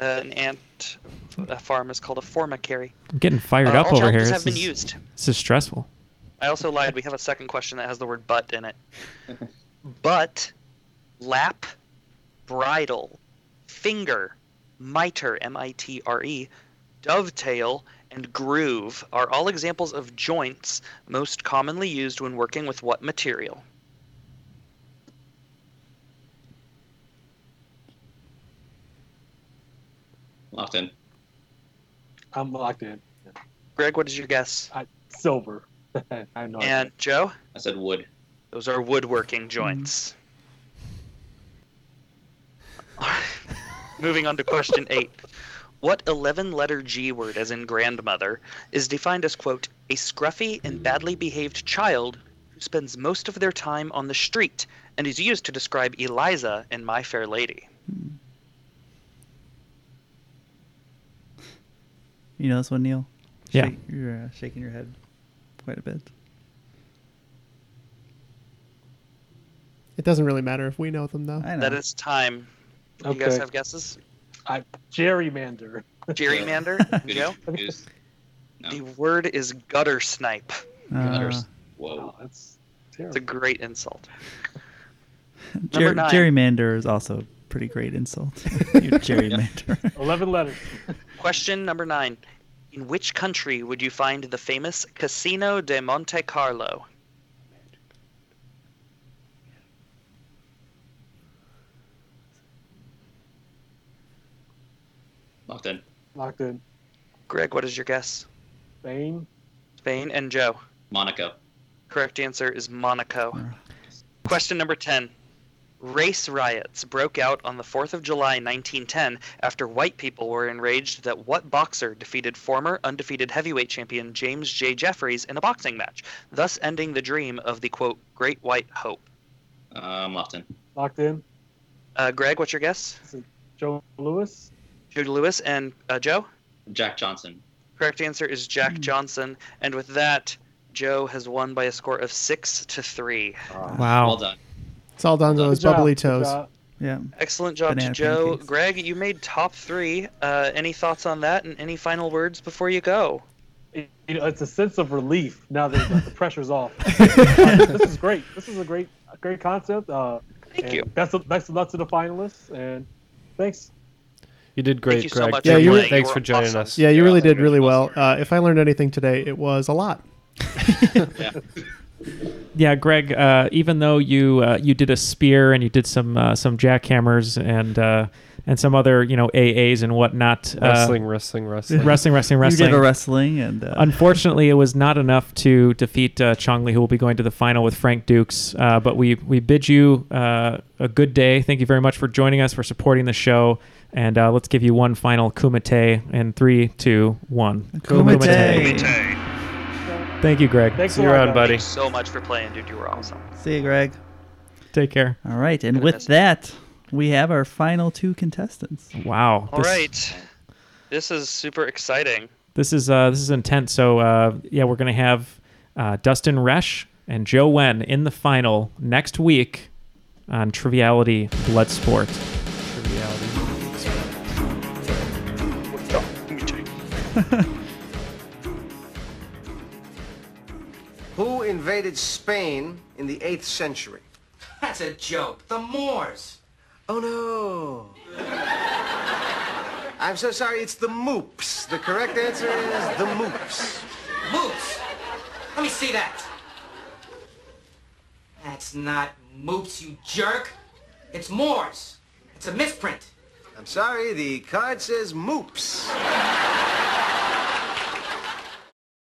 [SPEAKER 7] Uh, an ant a farm is called a formicary.
[SPEAKER 5] I'm getting fired
[SPEAKER 7] Uh,
[SPEAKER 5] up
[SPEAKER 7] all
[SPEAKER 5] over here.
[SPEAKER 7] challenges have
[SPEAKER 5] This
[SPEAKER 7] been
[SPEAKER 5] is-
[SPEAKER 7] used.
[SPEAKER 5] This is stressful.
[SPEAKER 7] I also lied. We have a second question that has the word "but" in it. but, lap, bridle, finger, mitre (m-i-t-r-e), E, dovetail, and groove are all examples of joints most commonly used when working with what material?
[SPEAKER 6] Locked in.
[SPEAKER 10] I'm locked in.
[SPEAKER 7] Greg, what is your guess?
[SPEAKER 10] I, silver. [LAUGHS] I have no idea.
[SPEAKER 7] And Joe,
[SPEAKER 6] I said wood.
[SPEAKER 7] those are woodworking joints. Moving on to question eight. What 11 letter G word, as in grandmother, is defined as, quote, a scruffy and badly behaved child who spends most of their time on the street and is used to describe Eliza in My Fair Lady?
[SPEAKER 8] You know this one, Neil?
[SPEAKER 5] Yeah.
[SPEAKER 8] Shake, you're uh, shaking your head quite a bit.
[SPEAKER 2] It doesn't really matter if we know them though.
[SPEAKER 7] That is time. Do You guys
[SPEAKER 10] Okay.
[SPEAKER 7] have guesses?
[SPEAKER 10] I, gerrymander.
[SPEAKER 7] Gerrymander? Joe? The word is gutter snipe.
[SPEAKER 8] Uh,
[SPEAKER 6] Whoa.
[SPEAKER 10] Oh, that's
[SPEAKER 7] It's a great insult.
[SPEAKER 8] ger-
[SPEAKER 7] Number nine.
[SPEAKER 8] gerrymander is also a pretty great insult.
[SPEAKER 7] [LAUGHS]
[SPEAKER 8] [LAUGHS] you gerrymander.
[SPEAKER 10] 11 letters.
[SPEAKER 7] Question number nine. In which country would you find the famous Casino de Monte Carlo?
[SPEAKER 6] Locked in.
[SPEAKER 10] Locked in.
[SPEAKER 7] Greg, what is your guess?
[SPEAKER 10] Spain.
[SPEAKER 7] Spain and Joe.
[SPEAKER 6] Monaco.
[SPEAKER 7] Correct answer is Monaco. Question number 10. Race riots broke out on the 4th of July 1910 after white people were enraged that what boxer defeated former undefeated heavyweight champion James J. Jeffries in a boxing match, thus ending the dream of the quote, great white hope.
[SPEAKER 6] Um, locked in.
[SPEAKER 10] Locked in.
[SPEAKER 7] Uh, Greg, what's your guess?
[SPEAKER 10] Joe Lewis.
[SPEAKER 7] Joe Lewis and uh, Joe?
[SPEAKER 6] Jack Johnson.
[SPEAKER 7] Correct answer is Jack Johnson. And with that, Joe has won by a score of six to three.
[SPEAKER 2] Wow. Well
[SPEAKER 6] done.
[SPEAKER 2] It's all done to those bubbly toes.
[SPEAKER 8] Yeah.
[SPEAKER 7] Excellent job
[SPEAKER 8] Banana
[SPEAKER 7] to Joe. Greg, you made top three. Uh, any thoughts on that and any final words before you go?
[SPEAKER 10] It, you know, it's a sense of relief now that the- the pressure's
[SPEAKER 7] [LAUGHS]
[SPEAKER 10] off. this is great. This is a great, a great concept. Uh, Thank
[SPEAKER 7] you.
[SPEAKER 10] Best of, best of luck to the finalists, and thanks
[SPEAKER 4] You did great,
[SPEAKER 7] you so
[SPEAKER 4] Greg.
[SPEAKER 7] much
[SPEAKER 4] yeah,
[SPEAKER 7] for
[SPEAKER 4] you
[SPEAKER 7] playing.
[SPEAKER 4] thanks
[SPEAKER 7] You
[SPEAKER 4] for
[SPEAKER 7] were
[SPEAKER 4] joining
[SPEAKER 7] awesome.
[SPEAKER 4] us.
[SPEAKER 2] Yeah, you really did really well. Uh, if I learned anything today, it was a lot.
[SPEAKER 5] Yeah, Greg. Uh, even though you uh, you did a spear and you did some uh, some jackhammers and uh, and some other you know AAs and whatnot. uh,
[SPEAKER 4] Wrestling, wrestling, wrestling.
[SPEAKER 5] wrestling, wrestling,
[SPEAKER 4] You did
[SPEAKER 5] wrestling.
[SPEAKER 4] a
[SPEAKER 8] wrestling and, uh,
[SPEAKER 5] unfortunately, it was not enough to defeat uh, Chong Li, who will be going to the final with Frank Dukes. Uh, but we we bid you uh, a good day. Thank you very much for joining us for supporting the show. And uh, let's give you one final kumite in three, two, one.
[SPEAKER 8] Kumite.
[SPEAKER 5] Thank you, Greg.
[SPEAKER 8] Thanks a lot, guys.
[SPEAKER 7] Thank you so much for playing, dude. You were awesome.
[SPEAKER 8] See you, Greg.
[SPEAKER 5] Take care.
[SPEAKER 8] All right, and with that, we have our final two contestants.
[SPEAKER 5] Wow.
[SPEAKER 7] All right, This is super exciting.
[SPEAKER 5] this is uh, this is intense. So uh, yeah, we're gonna have uh, Dustin Resch and Joe Wen in the final next week on Triviality Blood Sport.
[SPEAKER 20] Who invaded Spain in the 8th century?
[SPEAKER 13] That's a joke. The Moors.
[SPEAKER 20] Oh no. I'm so sorry, it's the moops. The correct answer is the moops.
[SPEAKER 13] Moops. Let me see that. That's not moops, you jerk. It's Moors. It's a misprint.
[SPEAKER 20] I'm sorry, the card says moops.